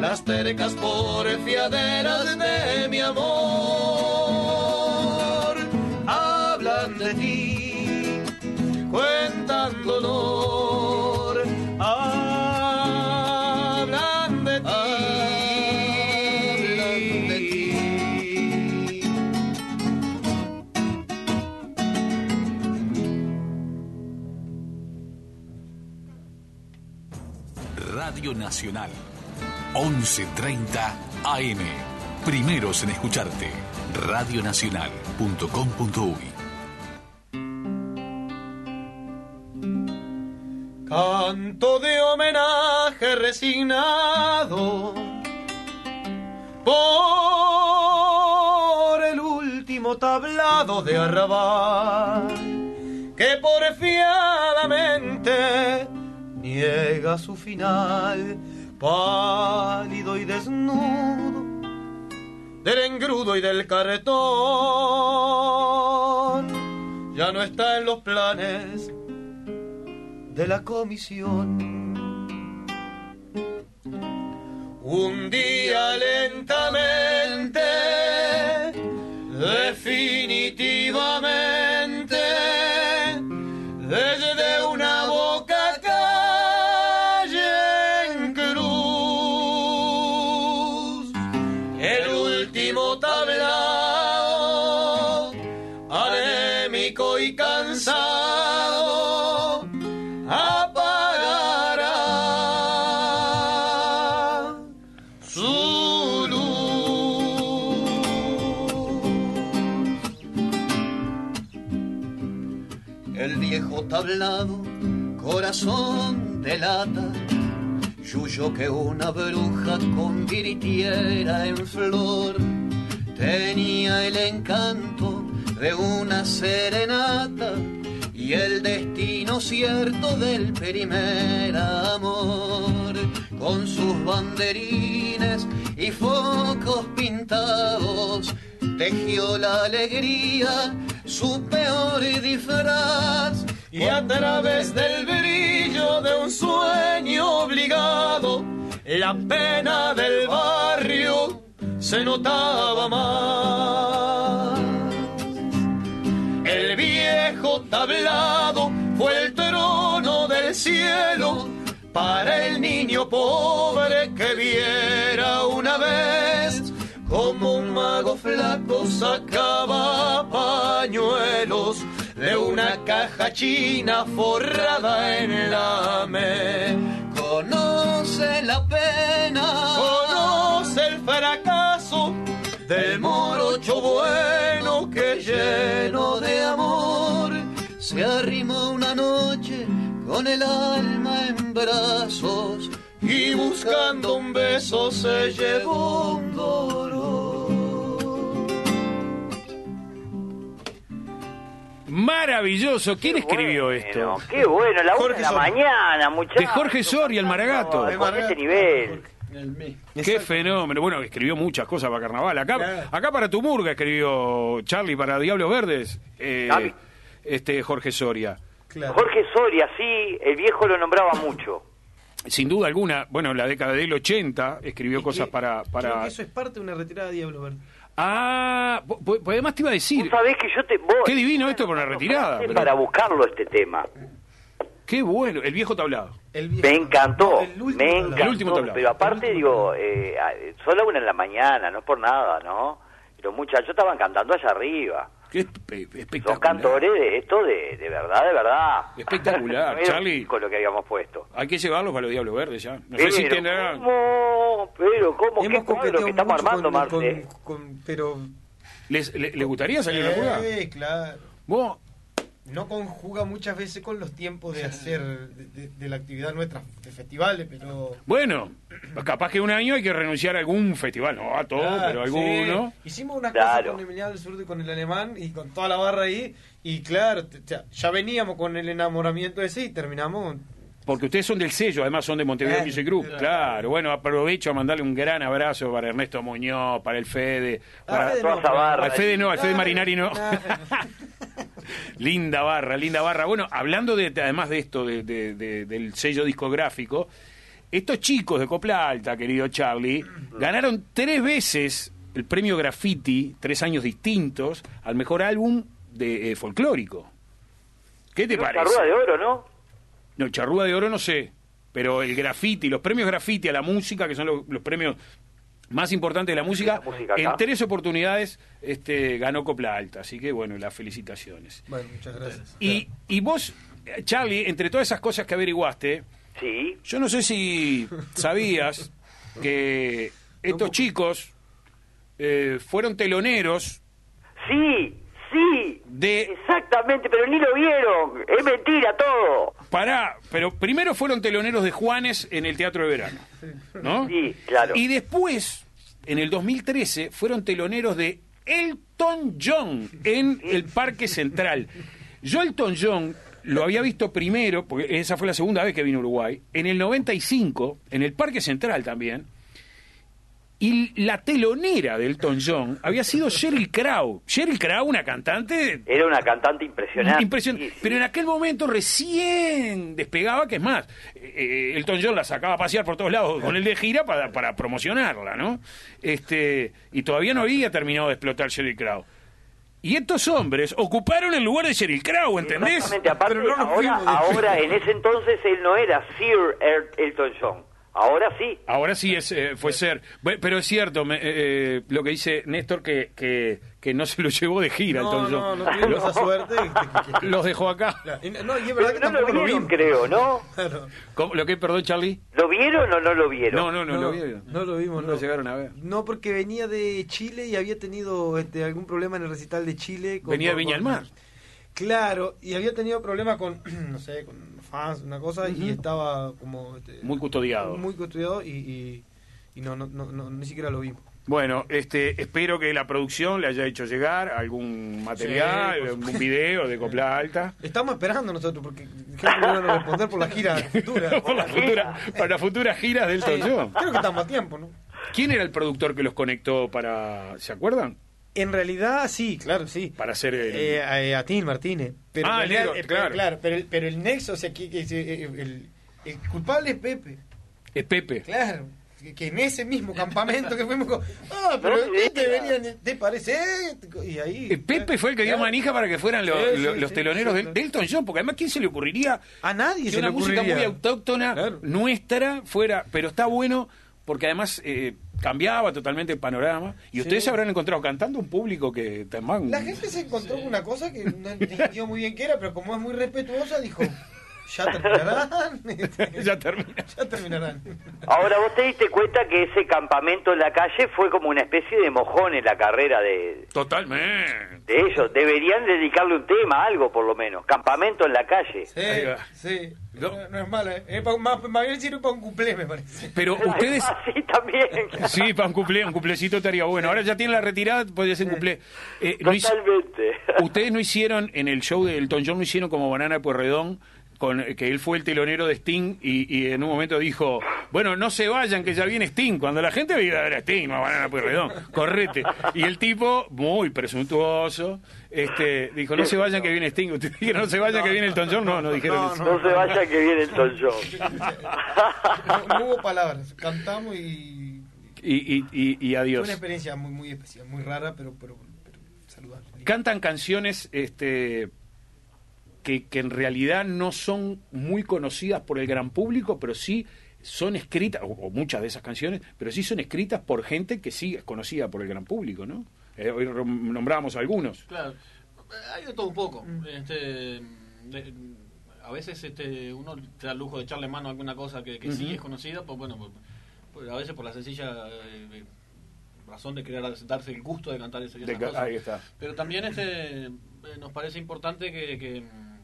[SPEAKER 6] las tercas porfiaderas de mi amor, hablan de ti, cuentan dolor, hablan de ti, hablan de ti.
[SPEAKER 1] Radio Nacional. 11.30 AM. Primeros en escucharte. Radionacional.com.uy
[SPEAKER 6] Canto de homenaje resignado por el último tablado de arrabal que porfiadamente niega su final, pálido y desnudo del engrudo y del carretón. Ya no está en los planes de la comisión. Un día lentamente, definitivamente, desde una boca calle en cruz, el último tablao, anémico y cansado apagará su luz. El viejo tablado, corazón de lata, yuyo que una bruja convirtiera en flor, tenía el encanto de una serenata y el destino cierto del primer amor, con sus banderines y focos pintados, tejió la alegría su peor disfraz y a través del brillo de un sueño obligado, la pena del barrio se notaba más. El viejo tablado fue el trono del cielo para el niño pobre que viera una vez como un mago flaco sacaba pañuelos de una caja china forrada en lame. Conoce la pena, conoce el fracaso del morocho
[SPEAKER 3] lleno de amor, se arrimó una noche con el alma en brazos y buscando un beso se llevó un dolor.
[SPEAKER 4] Maravilloso. ¿Quién escribió
[SPEAKER 7] Bueno,
[SPEAKER 4] esto?
[SPEAKER 7] Qué bueno, la una
[SPEAKER 6] Jorge
[SPEAKER 7] de la
[SPEAKER 6] Soria.
[SPEAKER 7] mañana, muchachos.
[SPEAKER 4] De Jorge Soria, el Maragato.
[SPEAKER 7] Con ese nivel.
[SPEAKER 5] El mes.
[SPEAKER 4] Qué fenómeno. Bueno, escribió muchas cosas para Carnaval. Acá,
[SPEAKER 6] Claro.
[SPEAKER 4] acá para tu murga escribió Charlie, para Diablos Verdes, eh,
[SPEAKER 7] Ah, mi-
[SPEAKER 4] este Jorge Soria.
[SPEAKER 6] Claro.
[SPEAKER 7] Jorge Soria, sí, el viejo lo nombraba mucho.
[SPEAKER 4] Sin duda alguna, bueno, en la década del 80 escribió cosas
[SPEAKER 6] Que-
[SPEAKER 4] para...
[SPEAKER 6] creo
[SPEAKER 4] para...
[SPEAKER 6] que eso es parte de una retirada de Diablo Verde.
[SPEAKER 4] Ah, po- po- po- además te iba a decir,
[SPEAKER 7] Vos sabés que yo te... vos-
[SPEAKER 4] Qué divino esto por la retirada, pero-
[SPEAKER 7] Para buscarlo este tema.
[SPEAKER 4] qué bueno, el viejo tablado.
[SPEAKER 6] El viejo-
[SPEAKER 7] Me encantó,
[SPEAKER 6] El último
[SPEAKER 7] me
[SPEAKER 6] tablado.
[SPEAKER 7] encantó.
[SPEAKER 4] El último tablado.
[SPEAKER 7] Pero aparte, digo, eh, a- son la una en la mañana, no es por nada, ¿no? Los muchachos estaban cantando allá arriba.
[SPEAKER 4] Qué espe- espectacular.
[SPEAKER 7] Los cantores de esto, de, de verdad, de verdad.
[SPEAKER 4] Espectacular,
[SPEAKER 7] No era
[SPEAKER 4] Charlie.
[SPEAKER 7] Con lo que habíamos puesto.
[SPEAKER 4] Hay que llevarlos para los Diablos Verdes ya. No sé si tendrán...
[SPEAKER 7] ¿cómo? Pero, ¿cómo? ¿Qué
[SPEAKER 6] Hemos
[SPEAKER 7] cuadro
[SPEAKER 6] competido
[SPEAKER 7] que estamos
[SPEAKER 6] mucho
[SPEAKER 7] armando,
[SPEAKER 6] con-
[SPEAKER 7] Marte?
[SPEAKER 6] con- con- pero...
[SPEAKER 4] ¿Les, le- les gustaría salir a la jugada?
[SPEAKER 6] Eh, claro.
[SPEAKER 4] Vos,
[SPEAKER 6] No conjuga muchas veces con los tiempos de hacer, de, de- de la actividad nuestra, de festivales, pero...
[SPEAKER 4] bueno, capaz que un año hay que renunciar a algún festival, no a todo,
[SPEAKER 7] Ah,
[SPEAKER 6] Claro,
[SPEAKER 4] pero a
[SPEAKER 6] Ah, sí.
[SPEAKER 4] alguno.
[SPEAKER 6] Hicimos unas
[SPEAKER 7] Claro.
[SPEAKER 6] cosas con Emiliano del Sur y con el alemán y con toda la barra ahí. Y claro, te- ya, ya veníamos con el enamoramiento ese y terminamos.
[SPEAKER 4] Porque ustedes son del sello, además son de Montevideo
[SPEAKER 6] Claro,
[SPEAKER 4] Music Group.
[SPEAKER 6] claro.
[SPEAKER 4] Claro, bueno, aprovecho a mandarle un gran abrazo para Ernesto Muñoz, para el Fede, para,
[SPEAKER 6] Ah, Fede
[SPEAKER 7] toda
[SPEAKER 6] no,
[SPEAKER 7] esa
[SPEAKER 6] pero-
[SPEAKER 7] barra.
[SPEAKER 4] Al Fede no, al Fede
[SPEAKER 6] Claro,
[SPEAKER 4] Marinari no.
[SPEAKER 6] claro.
[SPEAKER 4] linda barra, linda barra. Bueno, hablando de, además de esto, de- de- de- del sello discográfico, estos chicos de Copla Alta, querido Charlie, ganaron tres veces el premio Graffiti, tres años distintos, al mejor álbum de eh, folclórico. ¿Qué te
[SPEAKER 7] Una
[SPEAKER 4] parece?
[SPEAKER 7] charrúa de oro, ¿no?
[SPEAKER 4] No, charrúa de oro no sé, pero el graffiti, los premios graffiti a la música, que son los, los premios más importantes de la música,
[SPEAKER 7] La música acá.
[SPEAKER 4] en tres oportunidades este, ganó Copla Alta, así que bueno, las felicitaciones.
[SPEAKER 6] Bueno, muchas gracias.
[SPEAKER 4] Y, y vos, eh, Charlie, entre todas esas cosas que averiguaste,
[SPEAKER 7] Sí.
[SPEAKER 4] yo no sé si sabías que estos chicos eh, fueron teloneros
[SPEAKER 7] Sí, sí.
[SPEAKER 4] De-
[SPEAKER 6] Eh.
[SPEAKER 7] Exactamente, pero ni lo vieron. Es mentira todo.
[SPEAKER 4] Pará, pero primero fueron teloneros de Juanes en el Teatro de Verano, ¿no?
[SPEAKER 7] Sí, claro.
[SPEAKER 4] Y después, en el 2013, fueron teloneros de Elton John en el Parque Central. Yo Elton John lo había visto primero, porque esa fue la segunda vez que vino a Uruguay, en el 95, en el Parque Central también, y la telonera de Elton John había sido Sheryl Crow. Sheryl Crow, una cantante
[SPEAKER 7] Era una cantante impresionante.
[SPEAKER 4] Impresionante.
[SPEAKER 7] Sí, sí.
[SPEAKER 4] Pero en aquel momento recién despegaba, que es más, eh, eh, Elton John la sacaba a pasear por todos lados con él de gira para, para promocionarla, ¿no? Este, y todavía no había terminado de explotar Sheryl Crow. Y estos hombres ocuparon el lugar de Sheryl Crow, ¿entendés?
[SPEAKER 7] Exactamente, aparte,
[SPEAKER 6] Pero no nos
[SPEAKER 7] ahora,
[SPEAKER 6] fuimos de-
[SPEAKER 7] ahora en ese entonces él no era Sir Er- Elton John. Ahora sí.
[SPEAKER 4] Ahora sí es, eh, fue ser. Bueno, pero es cierto me- eh, eh, lo que dice Néstor, que, que, que no se lo llevó de gira
[SPEAKER 6] No,
[SPEAKER 4] Elton
[SPEAKER 6] no,
[SPEAKER 4] John.
[SPEAKER 6] no tuvimos esa suerte.
[SPEAKER 4] Los dejó acá.
[SPEAKER 6] Y no- No, y es verdad
[SPEAKER 7] Pero
[SPEAKER 6] que
[SPEAKER 7] no lo
[SPEAKER 6] tampoco lo
[SPEAKER 7] vieron,
[SPEAKER 6] vimos.
[SPEAKER 7] creo, ¿no?
[SPEAKER 6] Claro.
[SPEAKER 4] ¿Cómo? ¿Lo que, perdón, Charlie?
[SPEAKER 7] ¿Lo vieron o no lo vieron?
[SPEAKER 4] No, no, no, lo vieron.
[SPEAKER 6] no lo vimos,
[SPEAKER 4] No lo
[SPEAKER 6] no.
[SPEAKER 4] llegaron a ver.
[SPEAKER 6] No, porque venía de Chile y había tenido este, algún problema en el recital de Chile. con-
[SPEAKER 4] Venía de
[SPEAKER 6] con-
[SPEAKER 4] Viña del Mar.
[SPEAKER 6] Claro, y había tenido problemas con, no sé, con fans, una cosa, y estaba como... este,
[SPEAKER 4] Muy custodiado.
[SPEAKER 6] Muy custodiado y, y, y no, no, no, no, ni siquiera lo vimos.
[SPEAKER 4] Bueno, este, espero que la producción le haya hecho llegar algún material,
[SPEAKER 6] Sí, por
[SPEAKER 4] algún video de Copla Alta.
[SPEAKER 6] Estamos esperando nosotros porque creo que no van a responder por la gira futura.
[SPEAKER 4] Por la futura, para las futuras giras del John.
[SPEAKER 6] Creo que estamos a tiempo, ¿no?
[SPEAKER 4] ¿Quién era el productor que los conectó para, ¿se acuerdan?
[SPEAKER 6] En realidad, sí, claro, sí.
[SPEAKER 4] Para hacer el-
[SPEAKER 6] Eh, a, eh, a Tim Martínez. Pero
[SPEAKER 4] Ah,
[SPEAKER 6] en realidad,
[SPEAKER 4] negro,
[SPEAKER 6] eh,
[SPEAKER 4] claro.
[SPEAKER 6] Pero, pero, el- pero el nexo, o sea, que, que- eh, el, el culpable es Pepe.
[SPEAKER 4] Es Pepe.
[SPEAKER 6] Claro. Que que en ese mismo campamento que fuimos con. Ah, pero
[SPEAKER 7] No, sí,
[SPEAKER 6] este venía de- ¿Te parece? Y ahí.
[SPEAKER 4] Eh, Pepe fue el que dio
[SPEAKER 6] Claro.
[SPEAKER 4] manija para que fueran lo-
[SPEAKER 6] Sí, sí,
[SPEAKER 4] lo- los
[SPEAKER 6] sí,
[SPEAKER 4] teloneros
[SPEAKER 6] sí,
[SPEAKER 4] del,
[SPEAKER 6] claro.
[SPEAKER 4] de Elton John, porque además, ¿quién se le ocurriría
[SPEAKER 6] A nadie
[SPEAKER 4] que
[SPEAKER 6] se
[SPEAKER 4] una
[SPEAKER 6] le
[SPEAKER 4] música
[SPEAKER 6] ocurriría.
[SPEAKER 4] muy autóctona
[SPEAKER 6] Claro.
[SPEAKER 4] nuestra fuera? Pero está bueno porque además eh, cambiaba totalmente el panorama y ustedes se habrán encontrado cantando un público que también...
[SPEAKER 6] La gente se encontró con una cosa que no entendió muy bien qué era, pero como es muy respetuosa, dijo: ya terminarán.
[SPEAKER 4] ya termina.
[SPEAKER 6] ya terminarán.
[SPEAKER 7] Ahora, vos te diste cuenta que ese campamento en la calle fue como una especie de mojón en la carrera de,
[SPEAKER 4] Totalmente.
[SPEAKER 7] de ellos. Deberían dedicarle un tema, algo por lo menos. Campamento en la calle.
[SPEAKER 6] Sí,
[SPEAKER 4] Ahí va.
[SPEAKER 6] sí.
[SPEAKER 4] No.
[SPEAKER 6] No, no es mala. eh. Es pa- más, más bien sirve para un cumple, me parece.
[SPEAKER 4] Pero ustedes.
[SPEAKER 7] Ah, sí, también.
[SPEAKER 4] Sí, para un cumple, un cumplecito estaría bueno. Ahora ya tienen la retirada, podría ser cumple. Eh, no hice-
[SPEAKER 7] Totalmente.
[SPEAKER 4] ustedes no hicieron, en el show de Elton John, no hicieron como Banana Puerredón, con, que él fue el telonero de Sting y, y en un momento dijo: Bueno, no se vayan, que ya viene Sting. Cuando la gente veía a ver a Sting, no a Banana Puerredón, correte. Y el tipo, muy presuntuoso, este, dijo: No se vayan, que viene Sting. Ustedes dijeron: No se vayan, que viene Elton John. No, no dijeron eso.
[SPEAKER 7] No se vaya que viene el John.
[SPEAKER 6] No, no hubo palabras. Cantamos y.
[SPEAKER 4] Y, y- y- y
[SPEAKER 6] Fue
[SPEAKER 4] adiós.
[SPEAKER 6] una experiencia muy, muy especial, muy rara, pero, pero, pero saludable.
[SPEAKER 4] cantan canciones este que, que en realidad no son muy conocidas por el gran público, pero sí son escritas, o, o muchas de esas canciones, pero sí son escritas por gente que sí es conocida por el gran público, ¿no? Eh, hoy rom- nombrábamos algunos.
[SPEAKER 5] Claro, hay de todo un poco.
[SPEAKER 4] Mm.
[SPEAKER 5] Este, de- a veces este, uno te da el lujo de echarle mano a alguna cosa que, que sí es conocida, pues bueno, pues, pues, a veces por la sencilla eh, eh, razón de querer dar- darse el gusto de cantar ese
[SPEAKER 4] De ca- ahí está.
[SPEAKER 5] Pero también este, eh, nos parece importante que, que, mm,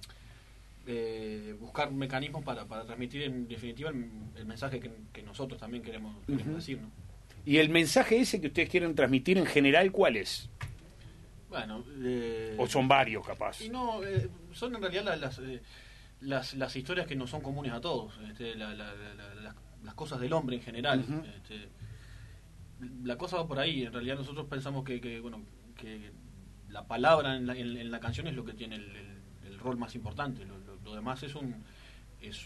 [SPEAKER 5] eh, buscar mecanismos para, para transmitir en definitiva el, el mensaje que, que nosotros también queremos, queremos decir, ¿no?
[SPEAKER 4] Y el mensaje ese que ustedes quieren transmitir en general, ¿cuál es?
[SPEAKER 5] Bueno, eh,
[SPEAKER 4] O son varios, capaz.
[SPEAKER 5] Y no, eh, son en realidad la- las, eh, las, las historias que no son comunes a todos, este, la- la- la- la- las, las cosas del hombre en general.
[SPEAKER 4] Ujú.
[SPEAKER 5] este, la cosa va por ahí, en realidad nosotros pensamos que, que, bueno, que la palabra en la, en- en la canción es lo que tiene el, el- el rol más importante, lo, lo- lo demás es un es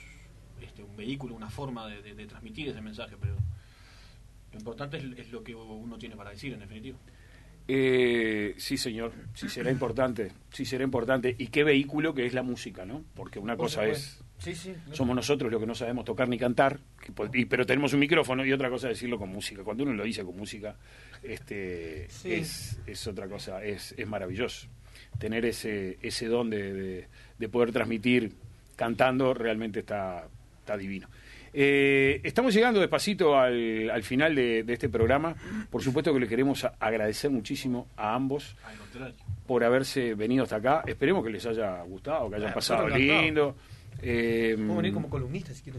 [SPEAKER 5] este, un vehículo, una forma de, de- de transmitir ese mensaje, pero lo importante es, es lo que uno tiene para decir, en definitivo.
[SPEAKER 4] Eh, sí, señor, sí será importante, sí será importante. Y qué vehículo que es la música, ¿no? Porque una
[SPEAKER 6] Por
[SPEAKER 4] cosa es...
[SPEAKER 6] supuesto. Sí, sí.
[SPEAKER 4] Somos nosotros los que no sabemos tocar ni cantar, que po- y- pero tenemos un micrófono y otra cosa es decirlo con música. Cuando uno lo dice con música, este,
[SPEAKER 6] Sí.
[SPEAKER 4] es, es otra cosa, es, es maravilloso. Tener ese, ese don de, de- de poder transmitir cantando realmente está, está divino. Eh, estamos llegando despacito al, al final de, de este programa. Por supuesto que le queremos a- agradecer muchísimo a ambos
[SPEAKER 5] Al contrario.
[SPEAKER 4] por haberse venido hasta acá. Esperemos que les haya gustado, que hayan pasado
[SPEAKER 6] nosotros encantados.
[SPEAKER 4] lindo. Eh,
[SPEAKER 6] Puedo venir como columnista si quiero.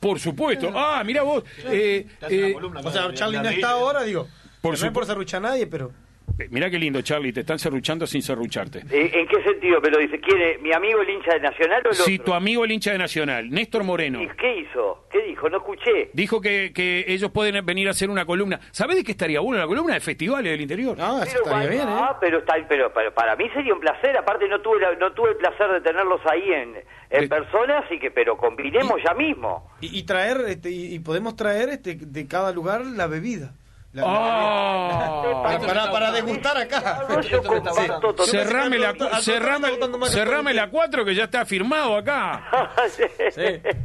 [SPEAKER 4] por supuesto. Ah, mira vos. Eh,
[SPEAKER 5] Te hace una
[SPEAKER 4] eh,
[SPEAKER 5] columna,
[SPEAKER 6] O sea,
[SPEAKER 5] claro,
[SPEAKER 6] Charlie
[SPEAKER 5] la
[SPEAKER 6] no
[SPEAKER 5] revista.
[SPEAKER 6] está ahora, digo.
[SPEAKER 4] Por
[SPEAKER 6] que no es por
[SPEAKER 4] supuesto.
[SPEAKER 6] serruchar a nadie, pero.
[SPEAKER 4] eh, mirá qué lindo, Charlie. Te están serruchando sin serrucharte.
[SPEAKER 7] Eh, ¿En qué sentido? Pero dice, ¿quién es? ¿Mi amigo el hincha de Nacional o el
[SPEAKER 4] Si
[SPEAKER 7] otro?
[SPEAKER 4] tu amigo el hincha de Nacional, Néstor Moreno,
[SPEAKER 7] ¿Y ¿Qué hizo? ¿Qué dijo? No escuché.
[SPEAKER 4] dijo que, que ellos pueden venir a hacer una columna. ¿Sabés de qué estaría bueno? La columna de festivales del interior.
[SPEAKER 6] No, así
[SPEAKER 7] Pero,
[SPEAKER 6] estaría
[SPEAKER 7] bueno,
[SPEAKER 6] bien, ¿eh?
[SPEAKER 7] ah, pero, está- pero, pero para mí sería un placer. Aparte, no tuve, la- no tuve el placer de tenerlos ahí en,
[SPEAKER 4] De-
[SPEAKER 7] en persona, así que, pero combinemos ya mismo.
[SPEAKER 6] Y, y traer, este, y, y podemos traer este, de cada lugar la bebida. La-
[SPEAKER 4] Ah.
[SPEAKER 6] Para, para, para degustar acá.
[SPEAKER 7] No, yo comparto
[SPEAKER 6] Sí.
[SPEAKER 7] totalmente.
[SPEAKER 4] Cerrame la,
[SPEAKER 6] Al- al-
[SPEAKER 4] cerrame,
[SPEAKER 6] al- al-
[SPEAKER 4] cerrame la 4 que ya está firmado acá.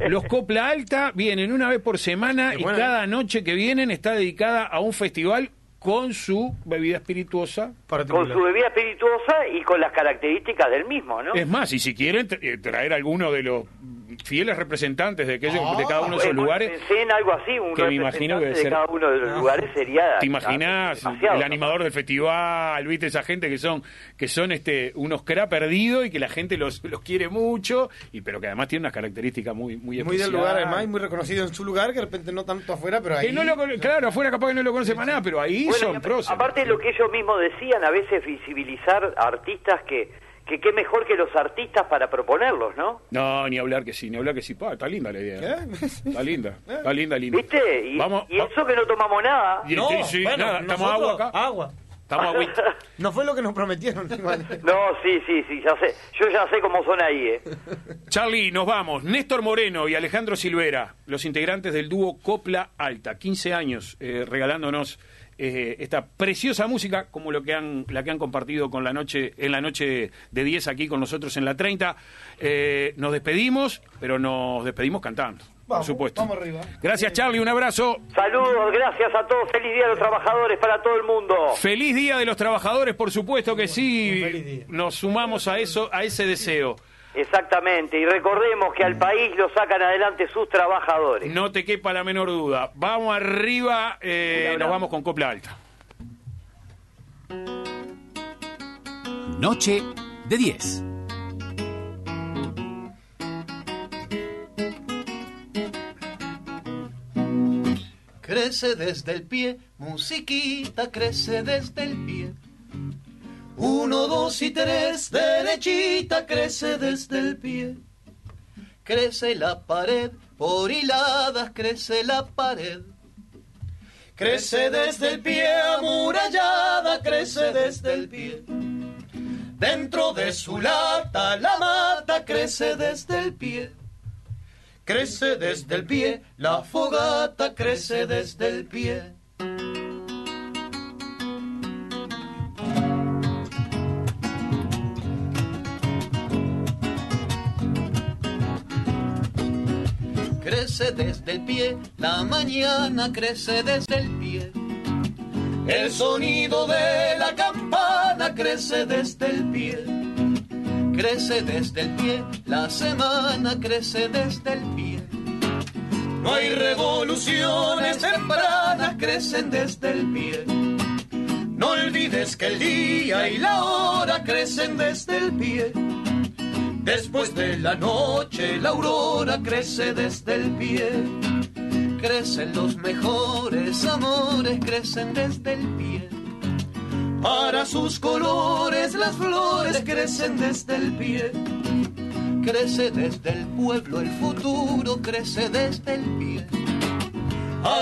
[SPEAKER 4] Los Copla Alta vienen una vez por semana
[SPEAKER 6] Qué
[SPEAKER 4] y
[SPEAKER 6] bueno.
[SPEAKER 4] cada noche que vienen está dedicada a un festival con su bebida espirituosa
[SPEAKER 7] Con
[SPEAKER 6] Particular.
[SPEAKER 7] su bebida espirituosa y con las características del mismo, ¿no?
[SPEAKER 4] Es más, y si quieren tra- eh, traer alguno de los mm, fieles representantes de, aquellos, de cada uno de esos
[SPEAKER 7] Ah, Bueno,
[SPEAKER 4] lugares,
[SPEAKER 7] Pensé en algo así, un
[SPEAKER 4] que me imagino que
[SPEAKER 7] representante
[SPEAKER 4] debe
[SPEAKER 7] de
[SPEAKER 4] ser- Ah,
[SPEAKER 7] cada uno de los lugares sería...
[SPEAKER 4] te imaginás
[SPEAKER 7] demasiado,
[SPEAKER 4] el
[SPEAKER 7] ¿no?
[SPEAKER 4] animador del festival, viste esa gente que son que son este unos cra perdidos y que la gente los, los quiere mucho, y pero que además tiene unas características muy muy,
[SPEAKER 6] Muy del
[SPEAKER 4] especial.
[SPEAKER 6] lugar, además, y muy reconocido en su lugar, que de repente no tanto afuera, pero ahí.
[SPEAKER 4] Que no lo cono- claro, afuera capaz que no lo conoce para nada, pero ahí
[SPEAKER 7] Bueno, y
[SPEAKER 4] son
[SPEAKER 7] aparte-
[SPEAKER 4] pros. ¿eh?
[SPEAKER 7] Aparte lo que ellos mismos decían, a veces visibilizar artistas que... Que qué mejor que los artistas para proponerlos, ¿no?
[SPEAKER 4] No, ni hablar que sí, ni hablar que sí. Pa, está linda la idea.
[SPEAKER 6] ¿Qué?
[SPEAKER 4] Está linda,
[SPEAKER 6] ¿Eh?
[SPEAKER 4] está linda, linda.
[SPEAKER 7] ¿Viste? Y,
[SPEAKER 4] Vamos,
[SPEAKER 7] y
[SPEAKER 4] va-
[SPEAKER 7] eso que no tomamos nada.
[SPEAKER 4] y- sí, sí, nada, estamos agua
[SPEAKER 6] nosotros, Ah.
[SPEAKER 4] acá.
[SPEAKER 6] Agua.
[SPEAKER 4] Estamos agüita.
[SPEAKER 6] No fue lo que nos prometieron. igual.
[SPEAKER 7] No, sí, sí, sí, ya sé. Yo ya sé cómo son ahí, ¿eh?
[SPEAKER 4] Charlie, nos vamos. Néstor Moreno y Alejandro Silvera, los integrantes del dúo Copla Alta, 15 años, eh, regalándonos eh, esta preciosa música como lo que han, la que han compartido con la noche, en la noche de 10 aquí con nosotros en la 30. Eh, nos despedimos, pero nos despedimos cantando, por
[SPEAKER 6] Vamos,
[SPEAKER 4] supuesto.
[SPEAKER 6] vamos arriba.
[SPEAKER 4] Gracias, Charlie, un abrazo.
[SPEAKER 7] Saludos, gracias a todos. Feliz día a los trabajadores para todo el mundo.
[SPEAKER 4] Feliz Día de los Trabajadores, por supuesto que
[SPEAKER 6] un
[SPEAKER 4] sí.
[SPEAKER 6] feliz día.
[SPEAKER 4] Nos sumamos a eso, a ese deseo.
[SPEAKER 7] Exactamente, y recordemos que al país lo sacan adelante sus trabajadores.
[SPEAKER 4] No te quepa la menor duda. Vamos arriba, eh,
[SPEAKER 7] Un abrazo.
[SPEAKER 4] nos vamos con copla alta.
[SPEAKER 9] Noche de 10.
[SPEAKER 3] Crece desde el pie, musiquita crece desde el pie. Uno, dos y tres, derechita crece desde el pie. Crece la pared, por hiladas crece la pared. Crece desde el pie, amurallada crece desde el pie. Dentro de su lata la mata crece desde el pie. Crece desde el pie, la fogata crece desde el pie. Crece desde el pie, la mañana crece desde el pie. El sonido de la campana crece desde el pie. Crece desde el pie, la semana crece desde el pie. No hay revoluciones tempranas, crecen desde el pie. No olvides que el día y la hora crecen desde el pie. Después de la noche, la aurora crece desde el pie. Crecen los mejores amores, crecen desde el pie. Para sus colores las flores crecen desde el pie. Crece desde el pueblo, el futuro crece desde el pie.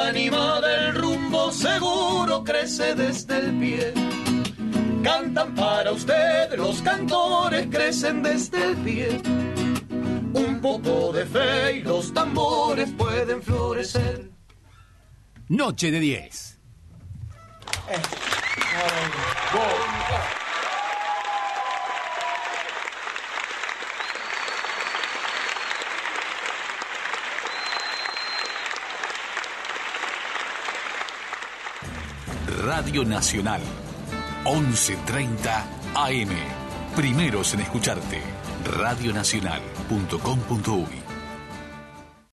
[SPEAKER 3] Anima del rumbo seguro crece desde el pie. Cantan para usted los cantores, crecen desde el pie. Un poco de fe y los tambores pueden florecer.
[SPEAKER 9] Noche de 10.
[SPEAKER 1] Radio Nacional. 11.30 AM. Primeros en escucharte. Radionacional.com.uy